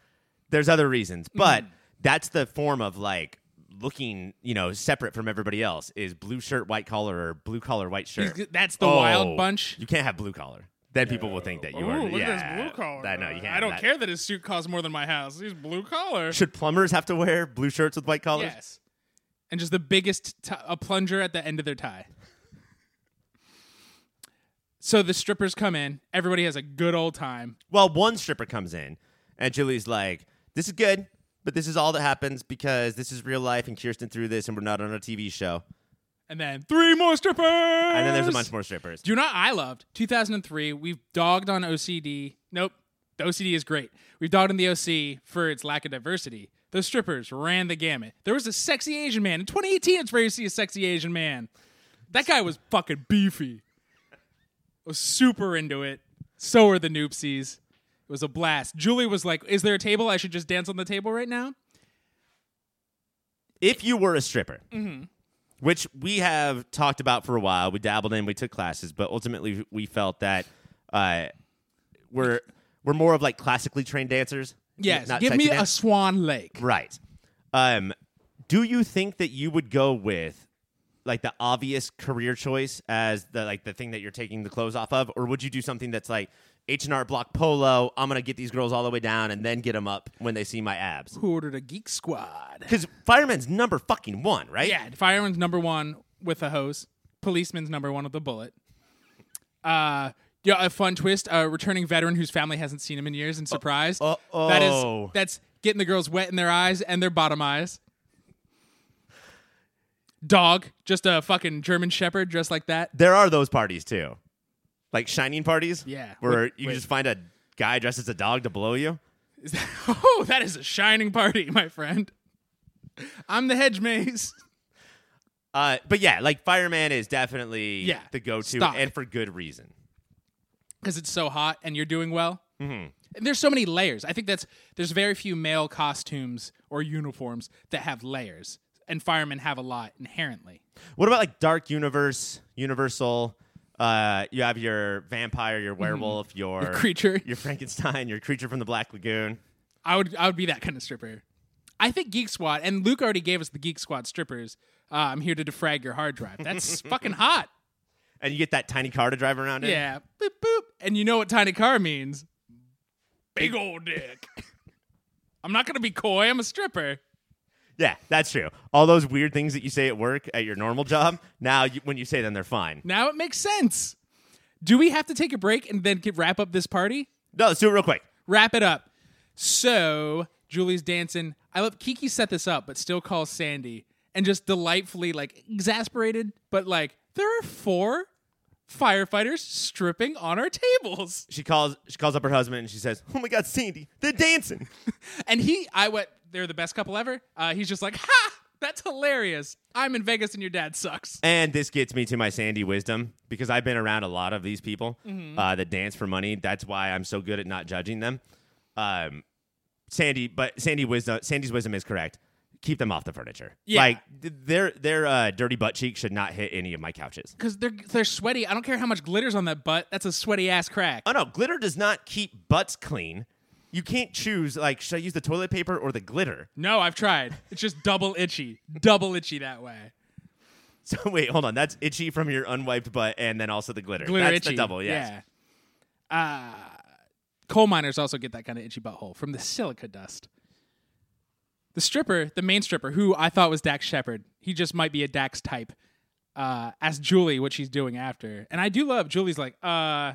there's other reasons,
Mm-hmm.
but that's the form of like looking, you know, separate from everybody else is blue shirt, white collar, or blue collar, white shirt.
That's the
Oh,
wild bunch.
You can't have blue collar. Then people will think that you
Ooh,
are.
look
yeah,
at this blue collar.
I know you
guy.
can't.
I don't
that-
care that his suit costs more than my house. He's blue collar.
Should plumbers have to wear blue shirts with white collars?
Yes. And just the biggest t- a plunger at the end of their tie. So the strippers come in. Everybody has a good old time.
Well, one stripper comes in, and Julie's like, "This is good, but this is all that happens because this is real life, and Kirsten through this, and we're not on a TV show."
And then three more strippers. And
And then there's a bunch more strippers.
Do you know what I loved? 2003, we've dogged on OCD. Nope. The OCD is great. We've dogged on the OC for its lack of diversity. Those strippers ran the gamut. There was a sexy Asian man. In 2018, it's rare to see a sexy Asian man. That guy was fucking beefy. I was super into it. So were the noopsies. It was a blast. Julie was like, Is there a table? I should just dance on the table right now.
If you were a stripper,
Mm-hmm.
which we have talked about for a while, we dabbled in, we took classes, but ultimately we felt that uh, we're we're more of like classically trained dancers.
Yes.
not
Give
sexy
me
dancers.
a swan lake.
Right. Um, do you think that you would go with like the obvious career choice as the like the thing that you're taking the clothes off of, or would you do something that's like H and R Block polo? I'm gonna get these girls all the way down and then get them up when they see my abs.
Who ordered a geek squad?
Because fireman's number fucking one, right?
Yeah, fireman's number one with a hose. Policeman's number one with a bullet. Uh, yeah, a fun twist. A returning veteran whose family hasn't seen him in years and surprised.
uh-oh.
That is that's getting the girls wet in their eyes and their bottom eyes. Dog, just a fucking German Shepherd dressed like that. *laughs*
There are those parties too, like shining parties.
Yeah.
Where
Wait,
you
wait.
just find a guy dressed as a dog to blow you.
Is that, oh, that is a shining party, my friend. I'm the hedge maze.
Uh, but yeah, like fireman is definitely
Yeah.
the go-to,
Stock.
and for good reason.
because it's so hot and you're doing well. And there's so many layers. I think that's there's very few male costumes or uniforms that have layers, and firemen have a lot inherently.
What about like Dark Universe, Universal? Uh, you have your vampire, your werewolf, your,
Mm-hmm. creature.
your Frankenstein, your creature from the Black Lagoon.
I would I would be that kind of stripper. I think Geek Squad and Luke already gave us the Geek Squad strippers. Uh, I'm here to defrag your hard drive. That's fucking hot.
And you get that tiny car to drive around in.
Yeah. Boop boop. And you know what tiny car means? Big old dick. *laughs* I'm not gonna be coy. I'm a stripper.
Yeah, that's true. All those weird things that you say at work at your normal job, now you, when you say them, they're fine.
Now it makes sense. Do we have to take a break and then get, wrap up this party?
No, let's do it real quick.
Wrap it up. So Julie's dancing. I love Kiki set this up, but still calls Sandy and just delightfully like exasperated, but like there are four firefighters stripping on our tables,
She calls she calls up her husband and she says, "Oh my god, Sandy, they're dancing."
and he, I went. They're the best couple ever. Uh, he's just like, ha. That's hilarious. I'm in Vegas and your dad sucks.
And this gets me to my Sandy wisdom because I've been around a lot of these people
Mm-hmm.
uh, that dance for money. That's why I'm so good at not judging them. Um, Sandy, but Sandy wisdom, Sandy's wisdom is correct. Keep them off the furniture.
Yeah.
Like th- their their uh, dirty butt cheek should not hit any of my couches.
Because they're they're sweaty. I don't care how much glitter's on that butt. That's a sweaty ass crack.
Oh no, glitter does not keep butts clean. You can't choose like should I use the toilet paper or the glitter? *laughs*
No, I've tried. It's just double itchy. double itchy that way.
So wait, hold on. That's itchy from your unwiped butt, and then also the glitter.
Glitter
That's
itchy.
the double. Yes.
Yeah. Uh, coal miners also get that kind of itchy butthole from the silica dust. The stripper, the main stripper, who I thought was Dax Shepard, he just might be a Dax type. Uh, asked Julie what she's doing after, and I do love Julie's like, uh,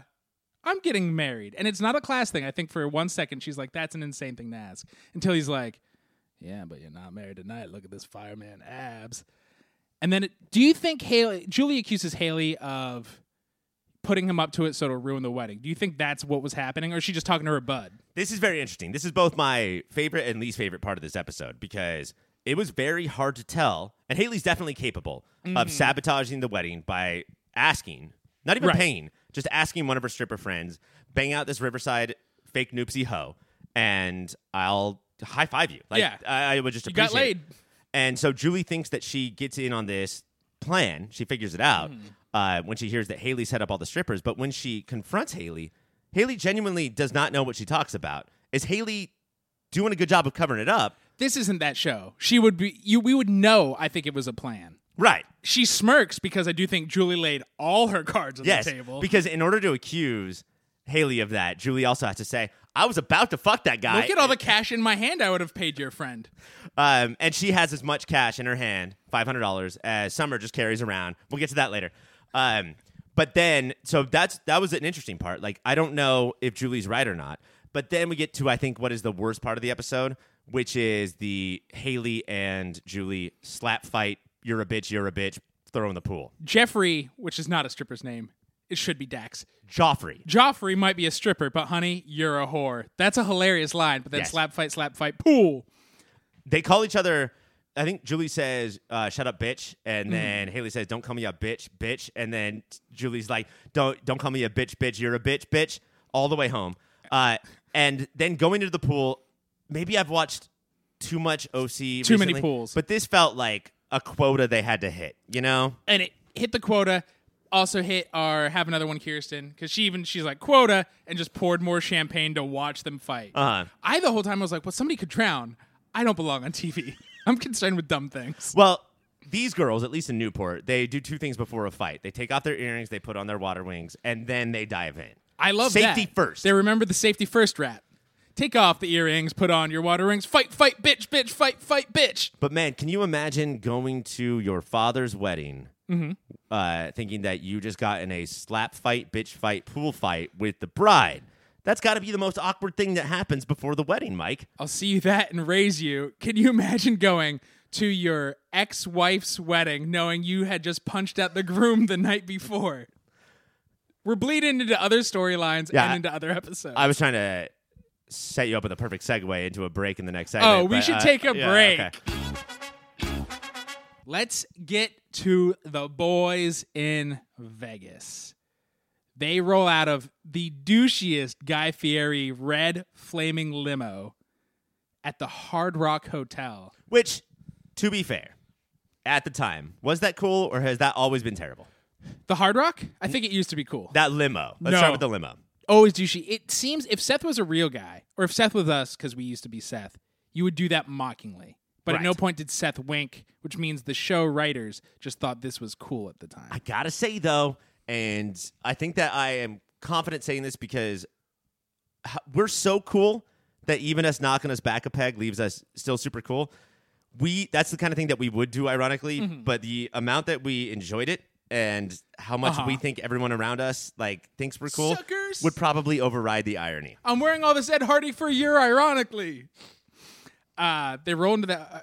I'm getting married, and it's not a class thing. I think for one second she's like, that's an insane thing to ask, until he's like, yeah, but you're not married tonight. Look at this fireman abs. And then, it, do you think Haley? Julie accuses Haley of putting him up to it so it'll ruin the wedding. Do you think that's what was happening, or is she just talking to her bud?
This is very interesting. This is both my favorite and least favorite part of this episode because it was very hard to tell. And Haley's definitely capable
Mm-hmm.
of sabotaging the wedding by asking, not even
Right.
paying, just asking one of her stripper friends, bang out this Riverside fake noopsie hoe, and I'll high five you. Like,
Yeah.
I, I would just
got
appreciate
laid.
It. And so Julie thinks that she gets in on this plan. She figures it out
Mm-hmm.
uh, when she hears that Haley set up all the strippers. But when she confronts Haley, Haley genuinely does not know what she talks about. Is Haley doing a good job of covering it up?
This isn't that show. She would be. You, we would know. I think it was a plan.
Right.
She smirks because I do think Julie laid all her cards on
Yes.
the table.
Because in order to accuse Haley of that, Julie also has to say, I was about to fuck that guy.
Look at all the cash in my hand I would have paid your friend.
Um, and she has as much cash in her hand, five hundred dollars, as Summer just carries around. We'll get to that later. Um, but then, so that's that was an interesting part. Like, I don't know if Julie's right or not. But then we get to I think what is the worst part of the episode, which is the Haley and Julie slap fight. You're a bitch. You're a bitch. Throw in the pool.
Jeffrey, which is not a stripper's name, it should be Dax.
Joffrey.
Joffrey might be a stripper, but honey, you're a whore. That's a hilarious line, but then
Yes.
slap fight, slap fight, pool.
They call each other. I think Julie says, uh, "Shut up, bitch,"
Mm-hmm.
and then Haley says, "Don't call me a bitch, bitch." And then Julie's like, "Don't don't call me a bitch, bitch. You're a bitch, bitch." All the way home. Uh, and then going into the pool. Maybe I've watched too much OC.
Too many
recently,
pools.
But this felt like a quota they had to hit. You know.
And it hit the quota. Also hit our have another one, Kirsten, because she even she's like quota and just poured more champagne to watch them fight.
Uh-huh.
I the whole time I was like, well, somebody could drown. I don't belong on TV. *laughs* I'm concerned with dumb things.
Well, these girls, at least in Newport, they do two things before a fight. They take off their earrings, they put on their water wings, and then they dive in.
I love
safety
that.
first.
They remember the safety first rap. Take off the earrings, put on your water rings, fight, fight, bitch, bitch, fight, fight, bitch.
But man, can you imagine going to your father's wedding,
Mm-hmm.
uh, thinking that you just got in a slap fight, bitch fight, pool fight with the bride? That's got to be the most awkward thing that happens before the wedding, Mike.
I'll see you that and raise you. Can you imagine going to your ex wife's wedding knowing you had just punched out the groom the night before? We're bleeding into other storylines
Yeah,
and
I-
into other episodes.
I was trying to set you up with a perfect segue into a break in the next segment.
oh, we
but,
should
uh,
take a
yeah,
break.
okay.
Let's get to the boys in Vegas. They roll out of the douchiest Guy Fieri red flaming limo at the Hard Rock Hotel.
Which, to be fair, at the time, was that cool or has that always been terrible?
The Hard Rock? I think it used to be cool.
That limo. Let's
No.
start with the limo.
Always douchey. It seems if Seth was a real guy, or if Seth was us, because we used to be Seth, you would do that mockingly. But at
Right.
no point did Seth wink, which means the show writers just thought this was cool at the time.
I gotta say though, and I think that I am confident saying this because h- we're so cool that even us knocking us back a peg leaves us still super cool. We that's the kind of thing that we would do, ironically, but the amount that we enjoyed it and how much
Uh-huh.
we think everyone around us like thinks we're cool
Suckers.
would probably override the irony.
I'm wearing all this Ed Hardy for a year, ironically. Uh, they roll into the. Uh,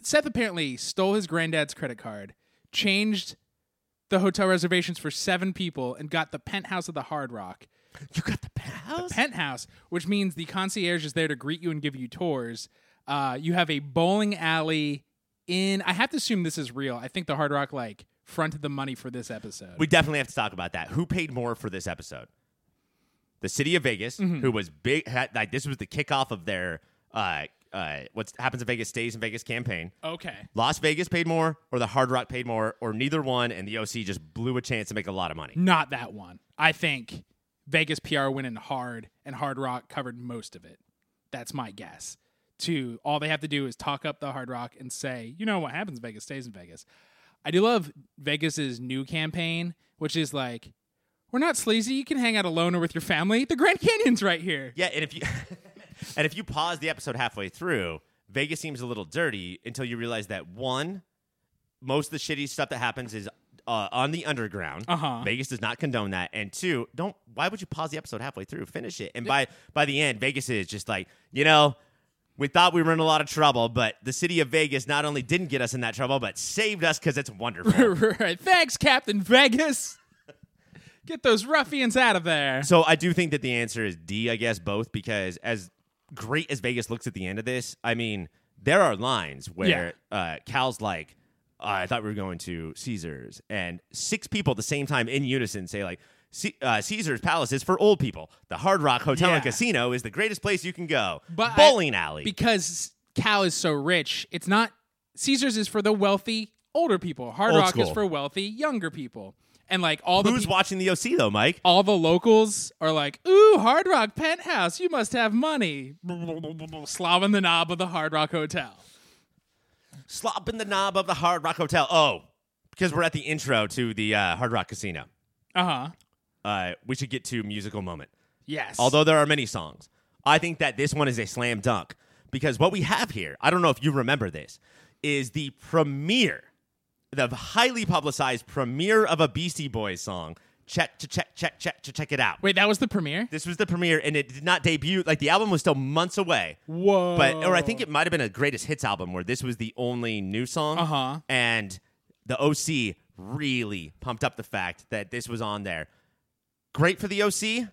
Seth apparently stole his granddad's credit card, changed the hotel reservations for seven people, and got the penthouse of the Hard Rock.
You got the penthouse.
Penthouse, which means the concierge is there to greet you and give you tours. Uh, you have a bowling alley in. I have to assume this is real. I think the Hard Rock, like, fronted the money for this episode.
We definitely have to talk about that. Who paid more for this episode? The city of Vegas, who was big, had, like this was the kickoff of their uh, uh, what happens in Vegas stays in Vegas campaign.
okay.
Las Vegas paid more, or the Hard Rock paid more, or neither one, and the OC just blew a chance to make a lot of money.
Not that one. I think Vegas PR went in hard, and Hard Rock covered most of it. That's my guess. Two, all they have to do is talk up the Hard Rock and say, you know what happens, in Vegas stays in Vegas. I do love Vegas's new campaign, which is like, we're not sleazy. You can hang out alone or with your family. The Grand Canyon's right here.
*laughs* Yeah, and if you and if you pause the episode halfway through, Vegas seems a little dirty until you realize that one, most of the shitty stuff that happens is uh, on the underground.
Uh-huh.
Vegas does not condone that. And two, don't. Why would you pause the episode halfway through? Finish it. And by by the end, Vegas is just like you know. We thought we were in a lot of trouble, but the city of Vegas not only didn't get us in that trouble, but saved us because it's wonderful.
*laughs* right. Thanks, Captain Vegas. Get those ruffians out of there.
so I do think that the answer is D, I guess, both, because as great as Vegas looks at the end of this, I mean, there are lines where uh, Cal's like, "Uh, I thought we were going to Caesars. And six people at the same time in unison say, like, "Ce- uh, Caesar's Palace is for old people. The Hard Rock Hotel and
Yeah.
Casino is the greatest place you can go.
But I-
Bowling alley.
because Cal is so rich. It's not Caesars is for the wealthy older people. Hard
Old
Rock is
school.
for wealthy younger people. And like all the
Who's
peop-
watching the OC, though, Mike?
all the locals are like, "Ooh, Hard Rock penthouse, you must have money." Slobbing the knob of the Hard Rock hotel.
Slopping the knob of the Hard Rock Hotel. Oh, because we're at the intro to the uh, Hard Rock Casino.
Uh-huh.
uh, we should get to musical moment.
Yes.
Although there are many songs, I think that this one is a slam dunk because what we have here, I don't know if you remember this, is the premiere, the highly publicized premiere of a Beastie Boys song. Check, check, check, check, check, check, check it out.
Wait, that was the premiere?
This was the premiere, and it did not debut. Like the album was still months away.
Whoa.
But or I think
Oh.
it might have been a greatest hits album where this was the only new song.
Uh-huh.
And the OC really pumped up the fact that this was on there. Great for the OC.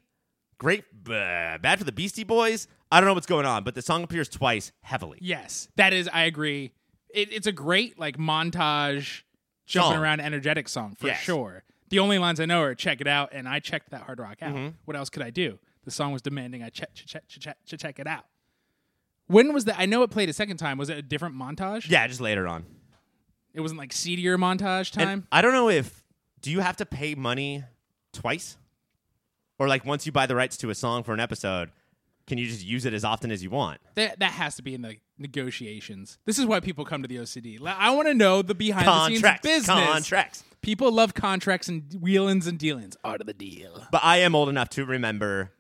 Great, uh, bad for the Beastie Boys. I don't know what's going on, but the song appears twice heavily.
Yes, that is. I agree. It, it's a great like montage, jumping
Song.
around, energetic song for
Yes.
sure. The only lines I know are "Check it out," and I checked that hard rock out.
Mm-hmm.
What else could I do? The song was demanding I check, check, check, check, check, check it out. When was that? I know it played a second time. Was it a different montage?
Yeah, just later on.
It wasn't like seedier montage
And
time.
I don't know if do you have to pay money twice, or like once you buy the rights to a song for an episode, can you just use it as often as you want?
that that has to be in the negotiations. This is why people come to the OCD. Like, I want to know the behind
Contracts,
the scenes business.
contracts.
People love contracts and wheelings and dealings.
Part of the deal.
But I am old enough to remember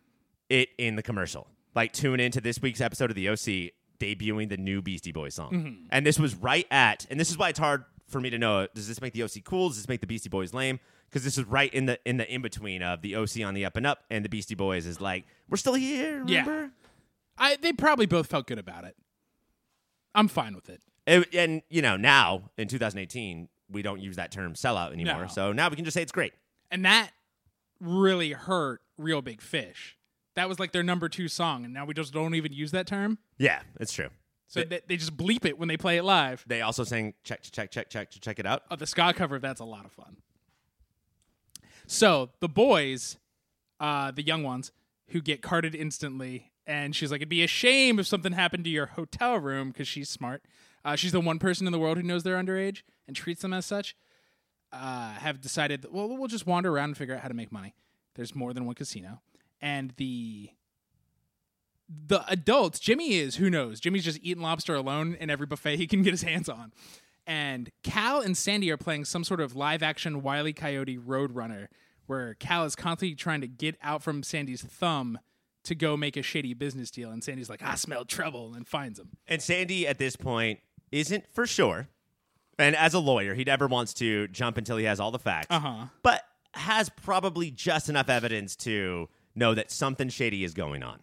it in the commercial. Like tune into this week's episode of the OC debuting the new Beastie Boys song.
Mm-hmm.
And this was right at and this is why it's hard for me to know does this make the OC cool? Does this make the Beastie Boys lame? Because this is right in the in the in between of the OC on the up and up and the Beastie Boys is like, We're still here,
Yeah.
remember?
I they probably both felt good about it. I'm fine with it.
And, and, you know, now in 2018, we don't use that term sellout anymore.
No.
So now we can just say it's great.
And that really hurt Real Big Fish. That was like their number two song, and now we just don't even use that term.
Yeah, it's true.
So they, they just bleep it when they play it live.
They also sang check check check check check check it out.
Oh, the ska cover of that's a lot of fun. So the boys, uh, the young ones, who get carded instantly, and she's like, "It'd be a shame if something happened to your hotel room," because she's smart. Uh, she's the one person in the world who knows they're underage and treats them as such. Uh, have decided, that, well, we'll just wander around and figure out how to make money. There's more than one casino, and the the adults, Jimmy is, who knows? Jimmy's just eating lobster alone in every buffet he can get his hands on. And Cal and Sandy are playing some sort of live action Wile E. Coyote Roadrunner where Cal is constantly trying to get out from Sandy's thumb to go make a shady business deal. And Sandy's like, I smell trouble and finds him.
And Sandy at this point isn't for sure. And as a lawyer, he never wants to jump until he has all the facts.
Uh-huh.
But has probably just enough evidence to know that something shady is going on.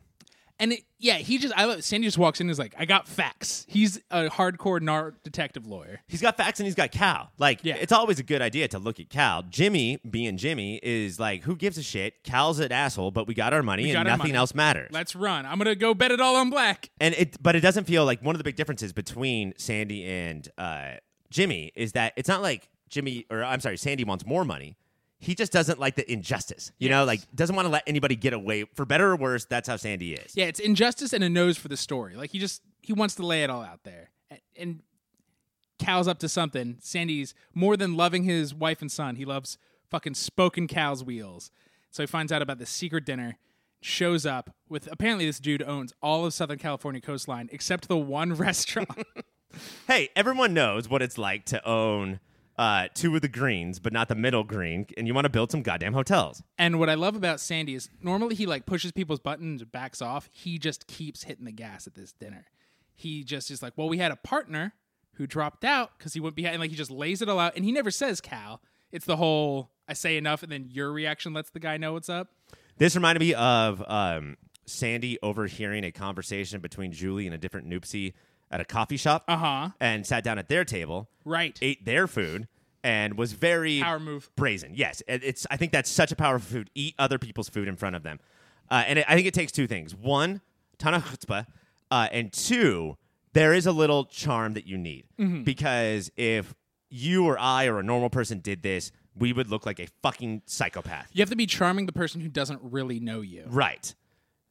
And it, yeah, he just, I love, Sandy just walks in and is like, I got facts. He's a hardcore narc detective lawyer.
He's got facts and he's got Cal. Like
Yeah.
it's always a good idea to look at Cal. Jimmy being Jimmy is like, who gives a shit? Cal's an asshole, but we got our money
got
and
our
nothing
money.
else matters.
Let's run. I'm going to go bet it all on black.
and it but it doesn't feel like one of the big differences between Sandy and uh, Jimmy is that it's not like Jimmy or I'm sorry, Sandy wants more money. He just doesn't like the injustice. You know, like doesn't want to let anybody get away for better or worse. That's how Sandy is.
Yeah, it's injustice and a nose for the story. Like he just he wants to lay it all out there. And, and Cal's up to something. Sandy's more than loving his wife and son. He loves fucking spoken Cal's wheels. So he finds out about the secret dinner. Shows up with apparently this dude owns all of Southern California coastline except the one *laughs* restaurant.
Hey, everyone knows what it's like to own uh, two of the greens, but not the middle green, and you want to build some goddamn hotels.
and what I love about Sandy is normally he like pushes people's buttons, and backs off. He just keeps hitting the gas at this dinner. He just is like, well, we had a partner who dropped out because he went behind. Like he just lays it all out, and he never says Cal. It's the whole I say enough, and then your reaction lets the guy know what's up.
This reminded me of um, Sandy overhearing a conversation between Julie and a different noopsie at a coffee shop. Uh
Uh-huh.
And sat down at their table.
Right.
ate their food and was very
Power move.
brazen. Yes, It- it's. I think that's such a powerful food. Eat other people's food in front of them, uh, and it, I think it takes two things: one, ton of chutzpah, uh, and two, there is a little charm that you need
Mm-hmm.
because if you or I or a normal person did this, we would look like a fucking psychopath.
You have to be charming the person who doesn't really know you.
Right.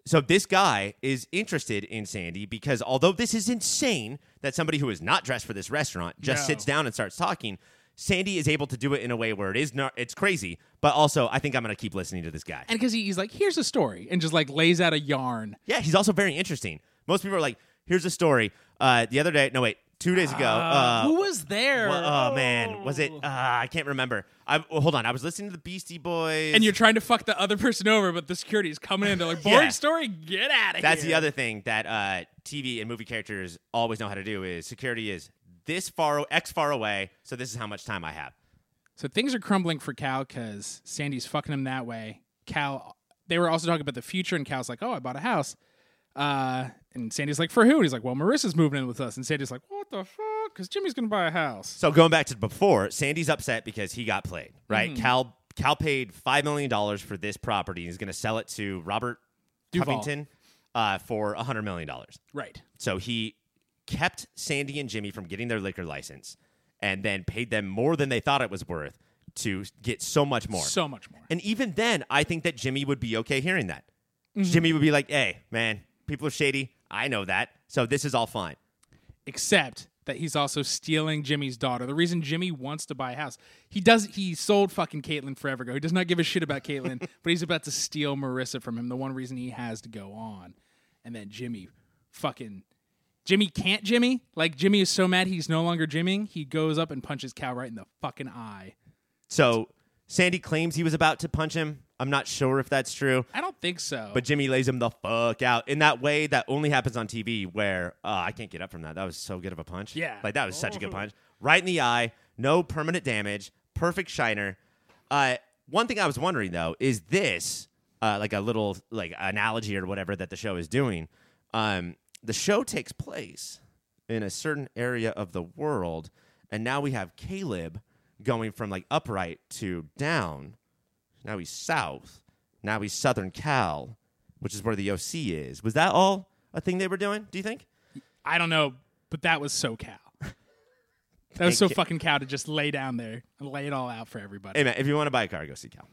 So this guy is interested in Sandy because although this is insane that somebody who is not dressed for this restaurant just
No.
sits down and starts talking, Sandy is able to do it in a way where it is not it's crazy, but also I think I'm going to keep listening to this guy.
And because he, he's like, here's a story, and just like lays out a yarn.
yeah, he's also very interesting. Most people are like, here's a story. Uh, the other day, no wait, two days ago. Uh,
Who was there?
well, oh man, was it? Uh, I can't remember. I well, hold on. I was listening to the Beastie Boys.
and you're trying to fuck the other person over, but the security is coming in. They're like,
Yeah.
boring story, get out of here.
That's the other thing that uh, TV and movie characters always know how to do is security is this far X far away, so this is how much time I have.
So things are crumbling for Cal because Sandy's fucking him that way. Cal, they were also talking about the future, and Cal's like, "Oh, I bought a house," uh, and Sandy's like, "For who?" And he's like, "Well, Marissa's moving in with us," and Sandy's like, "What the fuck?" Because Jimmy's gonna buy a house.
So going back to before, Sandy's upset because he got played. Right? Cal Cal paid five million dollars for this property. He's going to sell it to Robert
Duvall.
Covington uh, for hundred million dollars.
Right.
So he kept Sandy and Jimmy from getting their liquor license, and then paid them more than they thought it was worth to get so much more.
So much more.
And even then, I think that Jimmy would be okay hearing that. Jimmy would be like, hey, man, people are shady. I know that. So this is all fine.
Except that he's also stealing Jimmy's daughter. The reason Jimmy wants to buy a house, he does. He sold fucking Caitlyn forever ago. He does not give a shit about
*laughs*
Caitlyn, but he's about to steal Marissa from him. The one reason he has to go on, and then Jimmy, fucking. Jimmy can't Jimmy. Like Jimmy is so mad he's no longer Jimmying. He goes up and punches Cal right in the fucking eye.
So Sandy claims he was about to punch him. I'm not sure if that's true,
I don't think so.
but Jimmy lays him the fuck out in that way that only happens on TV where uh, I can't get up from that. That was so good of a punch.
Yeah.
Like that was such a good punch. Right in the eye, no permanent damage, perfect shiner. Uh, one thing I was wondering though is this uh, like a little like analogy or whatever that the show is doing. Um, the show takes place in a certain area of the world, and now we have Caleb going from like upright to down. Now he's south. Now he's Southern Cal, which is where the OC is. Was that all a thing they were doing? Do you think?
I don't know. But that was so
*laughs*
Cal. That was so
Thank you.
fucking Cal to just lay down there and lay it all out for everybody.
Hey man, if you want to buy a car, go see Cal.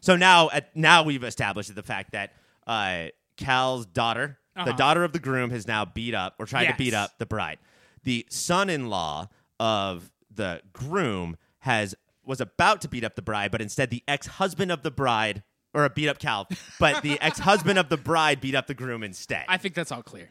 So now, at, now we've established the fact that uh, Cal's daughter,
Uh-huh.
the daughter of the groom, has now beat up or tried
Yes.
to beat up the bride. The son-in-law of the groom has was about to beat up the bride, but instead the ex-husband of the bride or beat up Cal,
*laughs*
but the ex-husband of the bride beat up the groom instead.
I think that's all clear.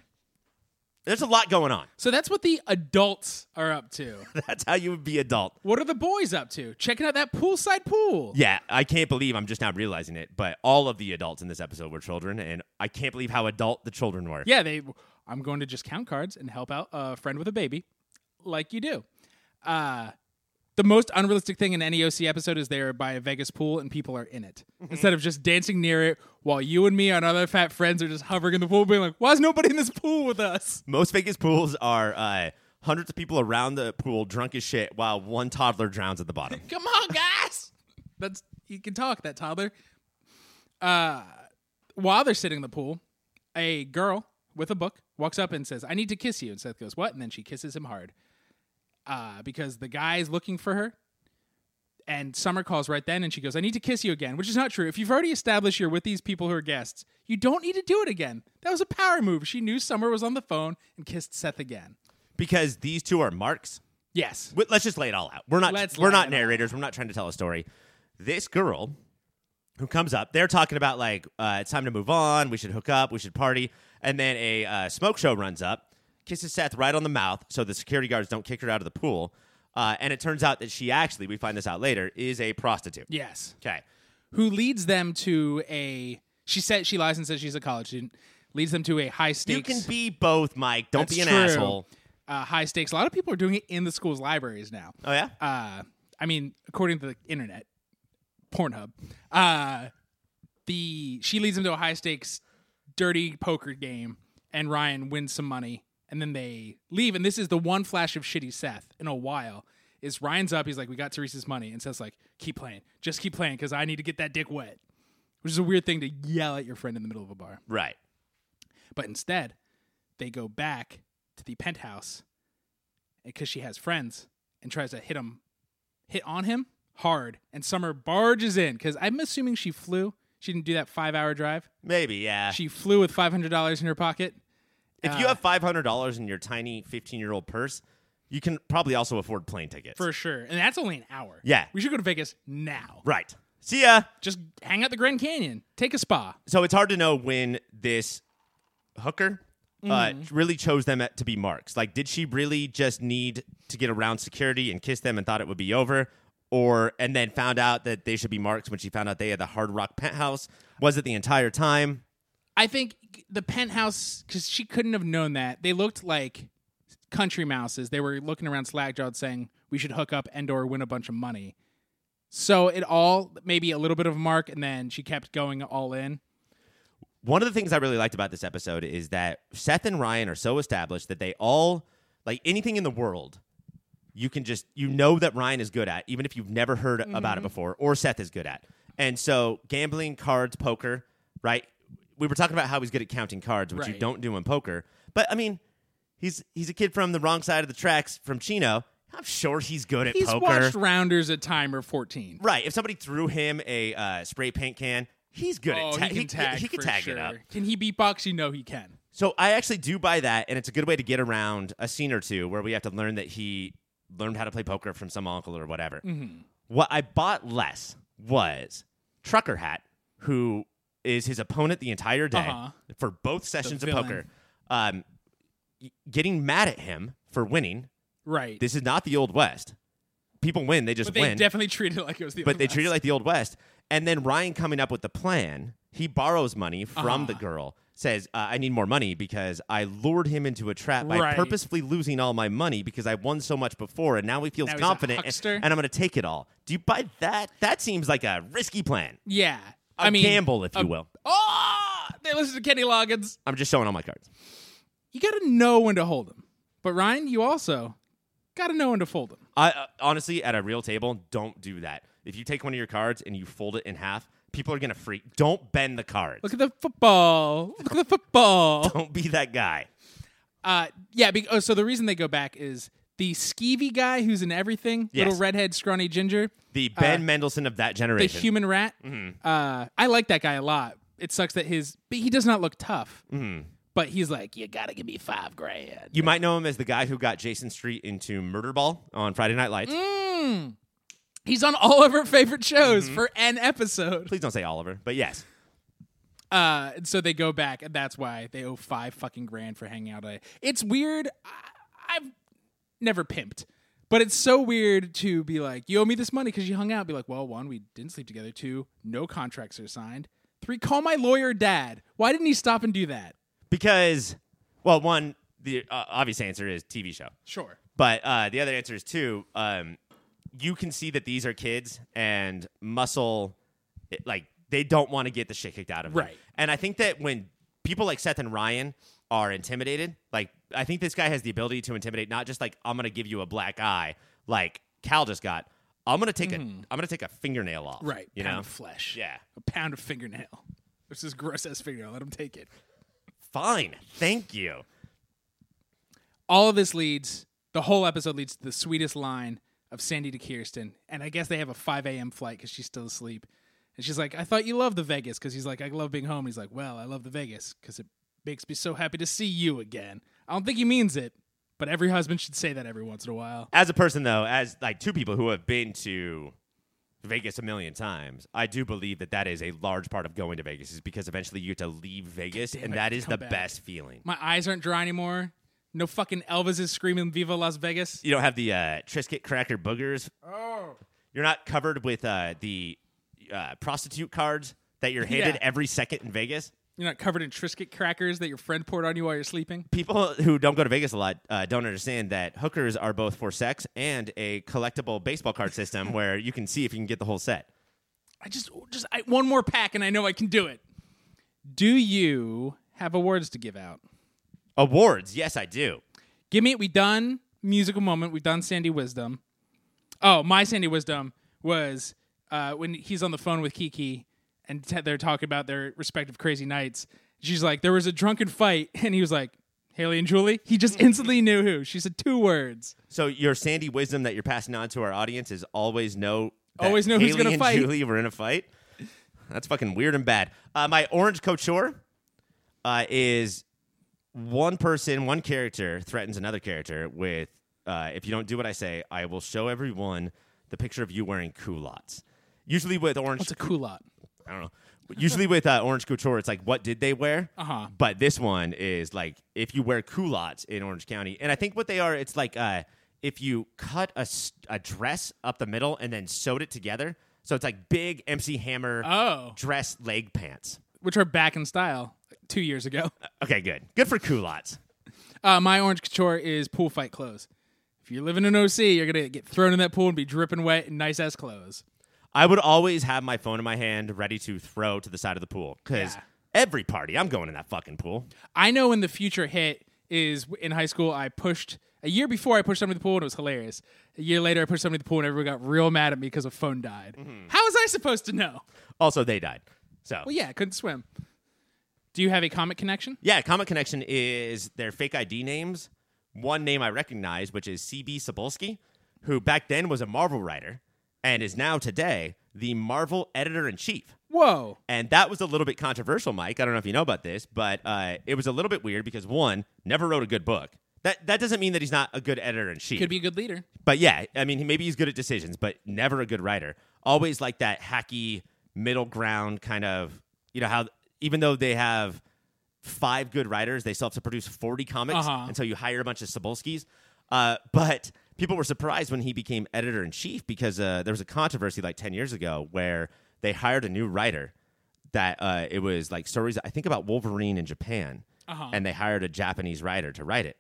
There's a lot going on. *laughs*
So that's what the adults are up to.
That's how you would be adult.
What are the boys up to? Checking out that poolside pool.
Yeah, I can't believe I'm just now realizing it, but all of the adults in this episode were children, and I can't believe how adult the children were.
Yeah, they. I'm going to just count cards and help out a friend with a baby, like you do. Uh, the most unrealistic thing in any OC episode is they're by a Vegas pool and people are in it instead of just dancing near it while you and me and other fat friends are just hovering in the pool, being like, "Why is nobody in this pool with us?"
Most Vegas pools are uh, hundreds of people around the pool drunk as shit while one toddler drowns at the bottom.
Come on, guys. That's you can talk that toddler. Uh, while they're sitting in the pool, a girl with a book walks up and says, "I need to kiss you." And Seth goes, "What?" And then she kisses him hard, uh, because the guy is looking for her. And Summer calls right then, and she goes, "I need to kiss you again," which is not true. If you've already established you're with these people who are guests, you don't need to do it again. That was a power move. She knew Summer was on the phone and kissed Seth again.
because these two are marks.
Yes,
Wait, Let's just lay it all out. We're not
Let's
we're
lay it
not
all
narrators. We're not trying to tell a story. This girl who comes up, they're talking about like uh, it's time to move on. We should hook up. We should party. And then a uh, smoke show runs up, kisses Seth right on the mouth, so the security guards don't kick her out of the pool. Uh, and it turns out that she actually, we find this out later, is a prostitute.
yes.
Okay.
who leads them to a she said she lies and says she's a college student leads them to a high
You
stakes
can be both, Mike. Don't
That's
be an
true.
asshole.
uh, high stakes a lot of people are doing it in the school's libraries now
Oh yeah.
uh, i mean according to the internet pornhub uh, the she leads them to a high stakes dirty poker game and ryan wins some money and then they leave and this is the one flash of shitty seth in a while is ryan's up he's like we got teresa's money and seth's like keep playing just keep playing because i need to get that dick wet which is a weird thing to yell at your friend in the middle of a bar
right.
but instead, they go back to the penthouse because she has friends and tries to hit him, hit on him hard. And Summer barges in because I'm assuming she flew. She didn't do that five hour drive.
Maybe yeah.
She uh, flew with five hundred dollars in her pocket.
if you have five hundred dollars in your tiny fifteen year old purse, you can probably also afford plane tickets.
For sure. And that's only an hour.
Yeah.
We should go to Vegas now.
Right. See uh, ya.
Just hang out the Grand Canyon. Take a spa.
So it's hard to know when this hooker uh, really chose them at, to be marks. Like, did she really just need to get around security and kiss them and thought it would be over? Or, and then found out that they should be marks when she found out they had the Hard Rock penthouse? Was it the entire time?
I think the penthouse because she couldn't have known that they looked like country mouses. They were looking around slackjawed, saying we should hook up and or win a bunch of money. So it all maybe a little bit of a mark, and then she kept going all in.
one of the things I really liked about this episode is that Seth and Ryan are so established that they all like anything in the world. You can just you know that Ryan is good at, even if you've never heard about
Mm-hmm.
it before, or Seth is good at. And so gambling, cards, poker, right? We were talking about how he's good at counting cards, which you
Right.
don't do in poker. But I mean, he's he's a kid from the wrong side of the tracks from Chino. I'm sure he's good at
He's
poker.
watched Rounders at Timer 14.
Right. If somebody threw him a uh, spray paint can, he's good at
Oh,
ta-
he can tag.
he, can
for
tag
sure.
it up.
Can he beatbox? You know he can.
So I actually do buy that, and it's a good way to get around a scene or two where we have to learn that he learned how to play poker from some uncle or whatever.
Mm-hmm.
What I bought less was Trucker Hat, who is his opponent the entire day
Uh-huh.
for both sessions of
villain.
poker, um, y- getting mad at him for winning.
Right.
This is not the old west. People win; they just
but they
win
definitely treat it like it was the.
but they treat it like the old west. And then Ryan coming up with the plan, he borrows money from
Ah.
the girl. Says, uh, "I need more money because I lured him into a trap by
Right.
purposefully losing all my money because I won so much before, and now he feels
Now he's a
confident, and,
huckster.
and I'm going to take it all." Do you buy that? That seems like a risky plan.
Yeah.
A
I mean,
gamble, if
a-
you will.
Oh, they listen to Kenny Loggins.
I'm just showing all my cards.
You got to know when to hold them. But Ryan, you also got to know when to fold them.
I uh, honestly, at a real table, don't do that. If you take one of your cards and you fold it in half, people are going to freak. Don't bend the cards.
Look at the football. Look at the football.
Don't be that guy.
Uh, yeah. Be- oh, so the reason they go back is the skeevy guy who's in everything,
Yes.
little redhead, scrawny ginger.
The Ben Mendelsohn of that
Uh, the
generation.
human rat. Uh, I like that guy a lot. It sucks that his, but he does not look tough. But he's like, you gotta give me five grand.
You might know him as the guy who got Jason Street into Murder Ball on Friday Night Lights.
He's on all of our favorite shows for an episode.
Please don't say Oliver, but yes.
Uh, and so they go back, and that's why they owe five fucking grand for hanging out. today. It's weird. I, I've never pimped, but it's so weird to be like, you owe me this money because you hung out. Be like, well, one, we didn't sleep together. Two, no contracts are signed. Three, call my lawyer, dad. Why didn't he stop and do that?
Because, well, one, the uh, obvious answer is TV show.
Sure.
But uh, the other answer is two, um, you can see that these are kids and muscle, it- like, they don't want to get the shit kicked out of them.
Right.
And I think that when people like Seth and Ryan are intimidated, like, I think this guy has the ability to intimidate, not just like, I'm going to give you a black eye, like Cal just got. I'm gonna take a I'm gonna take a fingernail off.
Mm-hmm. Right.
You
pound
know.
of flesh.
Yeah.
A pound of fingernail. This is gross ass fingernail. Let him take it.
Fine. Thank you.
All of this leads, the whole episode leads to the sweetest line of Sandy to Kirsten. And I guess they have a 5 a.m. flight because she's still asleep. And she's like, I thought you loved the Vegas because he's like, I love being home. And he's like, Well, I love the Vegas because it makes me so happy to see you again. I don't think he means it, but every husband should say that every once in a while.
As a person though, as like two people who have been to Vegas a million times, I do believe that that is a large part of going to Vegas is because eventually you get to leave Vegas and
it,
that is
come
the
back.
best feeling.
My eyes aren't dry anymore. No fucking Elvis is screaming Viva Las Vegas.
You don't have the uh, Trisket cracker boogers.
Oh.
You're not covered with uh, the uh, prostitute cards that you're handed
*laughs* Yeah.
every second in Vegas.
You're not covered in Triscuit crackers that your friend poured on you while you're sleeping.
People who don't go to Vegas a lot uh, don't understand that hookers are both for sex and a collectible baseball
*laughs*
card system where you can see if you can get the whole set.
I just just I, one more pack and I know I can do it. Do you have awards to give out?
Awards, yes, I do.
Give me it. We done musical moment. We've done Sandy Wisdom. Oh, my Sandy Wisdom was uh, when he's on the phone with Kiki and t- they're talking about their respective crazy nights. She's like, there was a drunken fight, *laughs* and he was like, Haley and Julie. He just instantly knew who. She said two words.
So your Sandy wisdom that you're passing on to our audience is always know. that
Always know who's
Haley
gonna
and
fight.
Julie were in a fight. That's fucking weird and bad. Uh, my orange couture uh, is one person, one character threatens another character with, uh, if you don't do what I say, I will show everyone the picture of you wearing culottes. Usually with orange,
What's a culotte?
I don't know. Usually with uh, Orange Couture, it's like, what did they wear?
Uh-huh.
But this one is like, if you wear culottes in Orange County, and I think what they are, it's like uh, if you cut a, s- a dress up the middle and then sewed it together. So it's like big MC Hammer
Oh.
dress leg pants.
which are back in style two years ago.
Okay, good. Good for culottes.
Uh, my orange couture is pool fight clothes. If you're living in OC, you're gonna get thrown in that pool and be dripping wet in nice ass clothes.
I would always have my phone in my hand ready to throw to the side of the pool because
Yeah.
every party, I'm going in that fucking pool.
I know when the future hit is in high school. I pushed a year before I pushed somebody in the pool and it was hilarious. A year later, I pushed somebody in the pool and everyone got real mad at me because a phone died.
Mm-hmm.
How was I supposed to know?
Also, they died. So,
Well, yeah, I couldn't swim. Do you have a comic connection?
yeah, Comic Connection is their fake ID names. One name I recognize, which is CB Sobolski, who back then was a Marvel writer and is now today the Marvel editor in chief.
Whoa.
And that was a little bit controversial, Mike. I don't know if you know about this, but uh, it was a little bit weird because one never wrote a good book. That that doesn't mean that he's not a good editor in chief.
Could be a good leader.
But yeah, I mean, he- maybe he's good at decisions, but never a good writer. Always like that hacky middle ground kind of, you know, how even though they have five good writers, they still have to produce 40 comics.
Uh-huh.
And so you hire a bunch of Sobolskis. Uh, but people were surprised when he became editor in chief because uh, there was a controversy like 10 years ago where they hired a new writer that uh, it was like stories, I think, about Wolverine in Japan.
Uh-huh.
And they hired a Japanese writer to write it.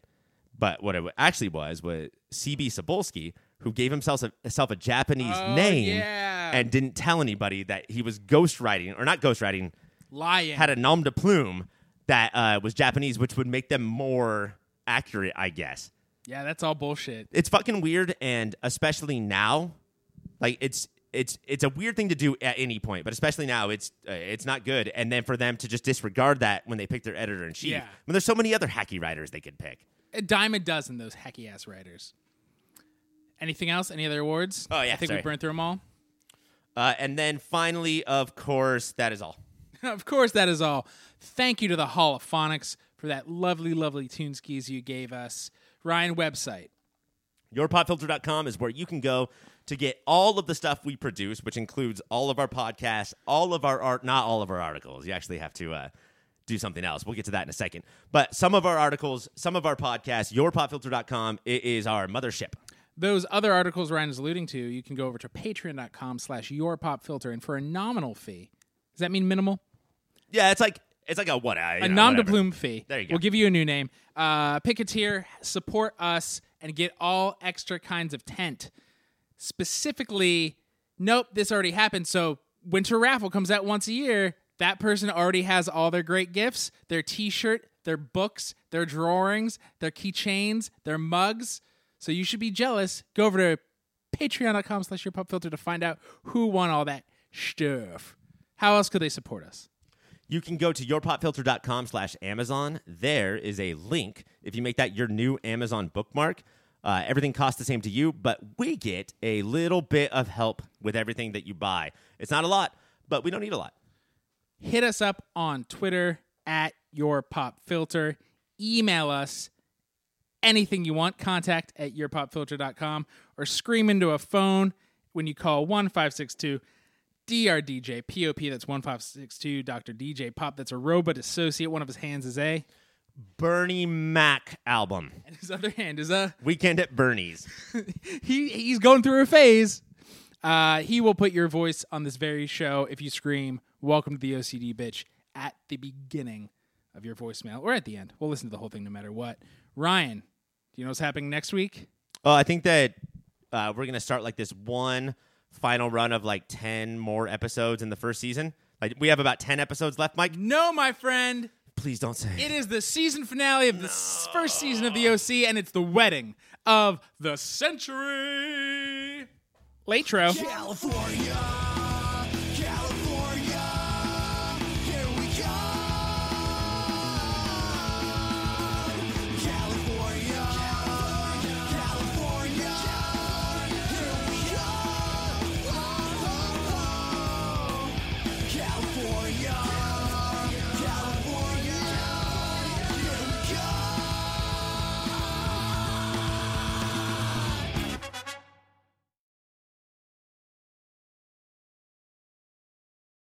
But what it wa- actually was was CB Sobolski, who gave himself a, himself a Japanese
Oh,
name
yeah.
and didn't tell anybody that he was ghostwriting, or not ghostwriting,
Lion.
had a nom de plume that uh, was Japanese, which would make them more accurate, I guess.
yeah, that's all bullshit.
It's fucking weird, and especially now, like it's. It's it's a weird thing to do at any point, but especially now, it's uh, it's not good. And then for them to just disregard that when they pick their editor in chief,
Yeah.
when there's so many other hacky writers they could pick.
a dime a dozen those hecky ass writers. Anything else? Any other awards?
Oh, yeah,
I think we
sorry.
burned through them all.
Uh, and then finally, of course, that is all.
*laughs* of course, that is all. Thank you to the Hall of Phonics for that lovely, lovely tune skis you gave us. Ryan website.
YourPopFilter.com is where you can go to get all of the stuff we produce, which includes all of our podcasts, all of our art, not all of our articles. You actually have to uh, do something else. We'll get to that in a second. But some of our articles, some of our podcasts, YourPopFilter.com, it is our mothership.
Those other articles Ryan is alluding to, you can go over to patreon.com slash your pop filter and for a nominal fee. Does that mean minimal?
Yeah, it's like it's like a what I
a nom de plume fee.
There you go.
We'll give you a new name. Uh, pick a tier, support us, and get all extra kinds of tent. Specifically, nope, this already happened. So winter raffle comes out once a year. That person already has all their great gifts: their T-shirt, their books, their drawings, their keychains, their mugs. So you should be jealous. Go over to patreon.com slash your pop filter to find out who won all that stuff. How else could they support us?
You can go to yourpopfilter.com slash Amazon. There is a link. If you make that your new Amazon bookmark, uh, everything costs the same to you, but we get a little bit of help with everything that you buy. It's not a lot, but we don't need a lot.
hit us up on Twitter at your pop filter. Email us anything you want, contact at yourpopfilter.com, or scream into a phone when you call 1562 DRDJ POP. That's 1562 Dr. DJ Pop. That's a robot associate. One of his hands is A,
Bernie Mac album,
and his other hand is a.
Weekend at Bernie's.
he he's going through a phase. Uh, he will put your voice on this very show if you scream "Welcome to the OCD bitch" at the beginning of your voicemail or at the end. We'll listen to the whole thing no matter what. Ryan, do you know what's happening next week?
Oh, I think that uh, we're gonna start like this one final run of like ten more episodes in the first season. Like we have about ten episodes left, Mike.
No, my friend.
Please don't say
It is the season finale of the s- first season of the OC, and it's the wedding of the century. Latro.
California.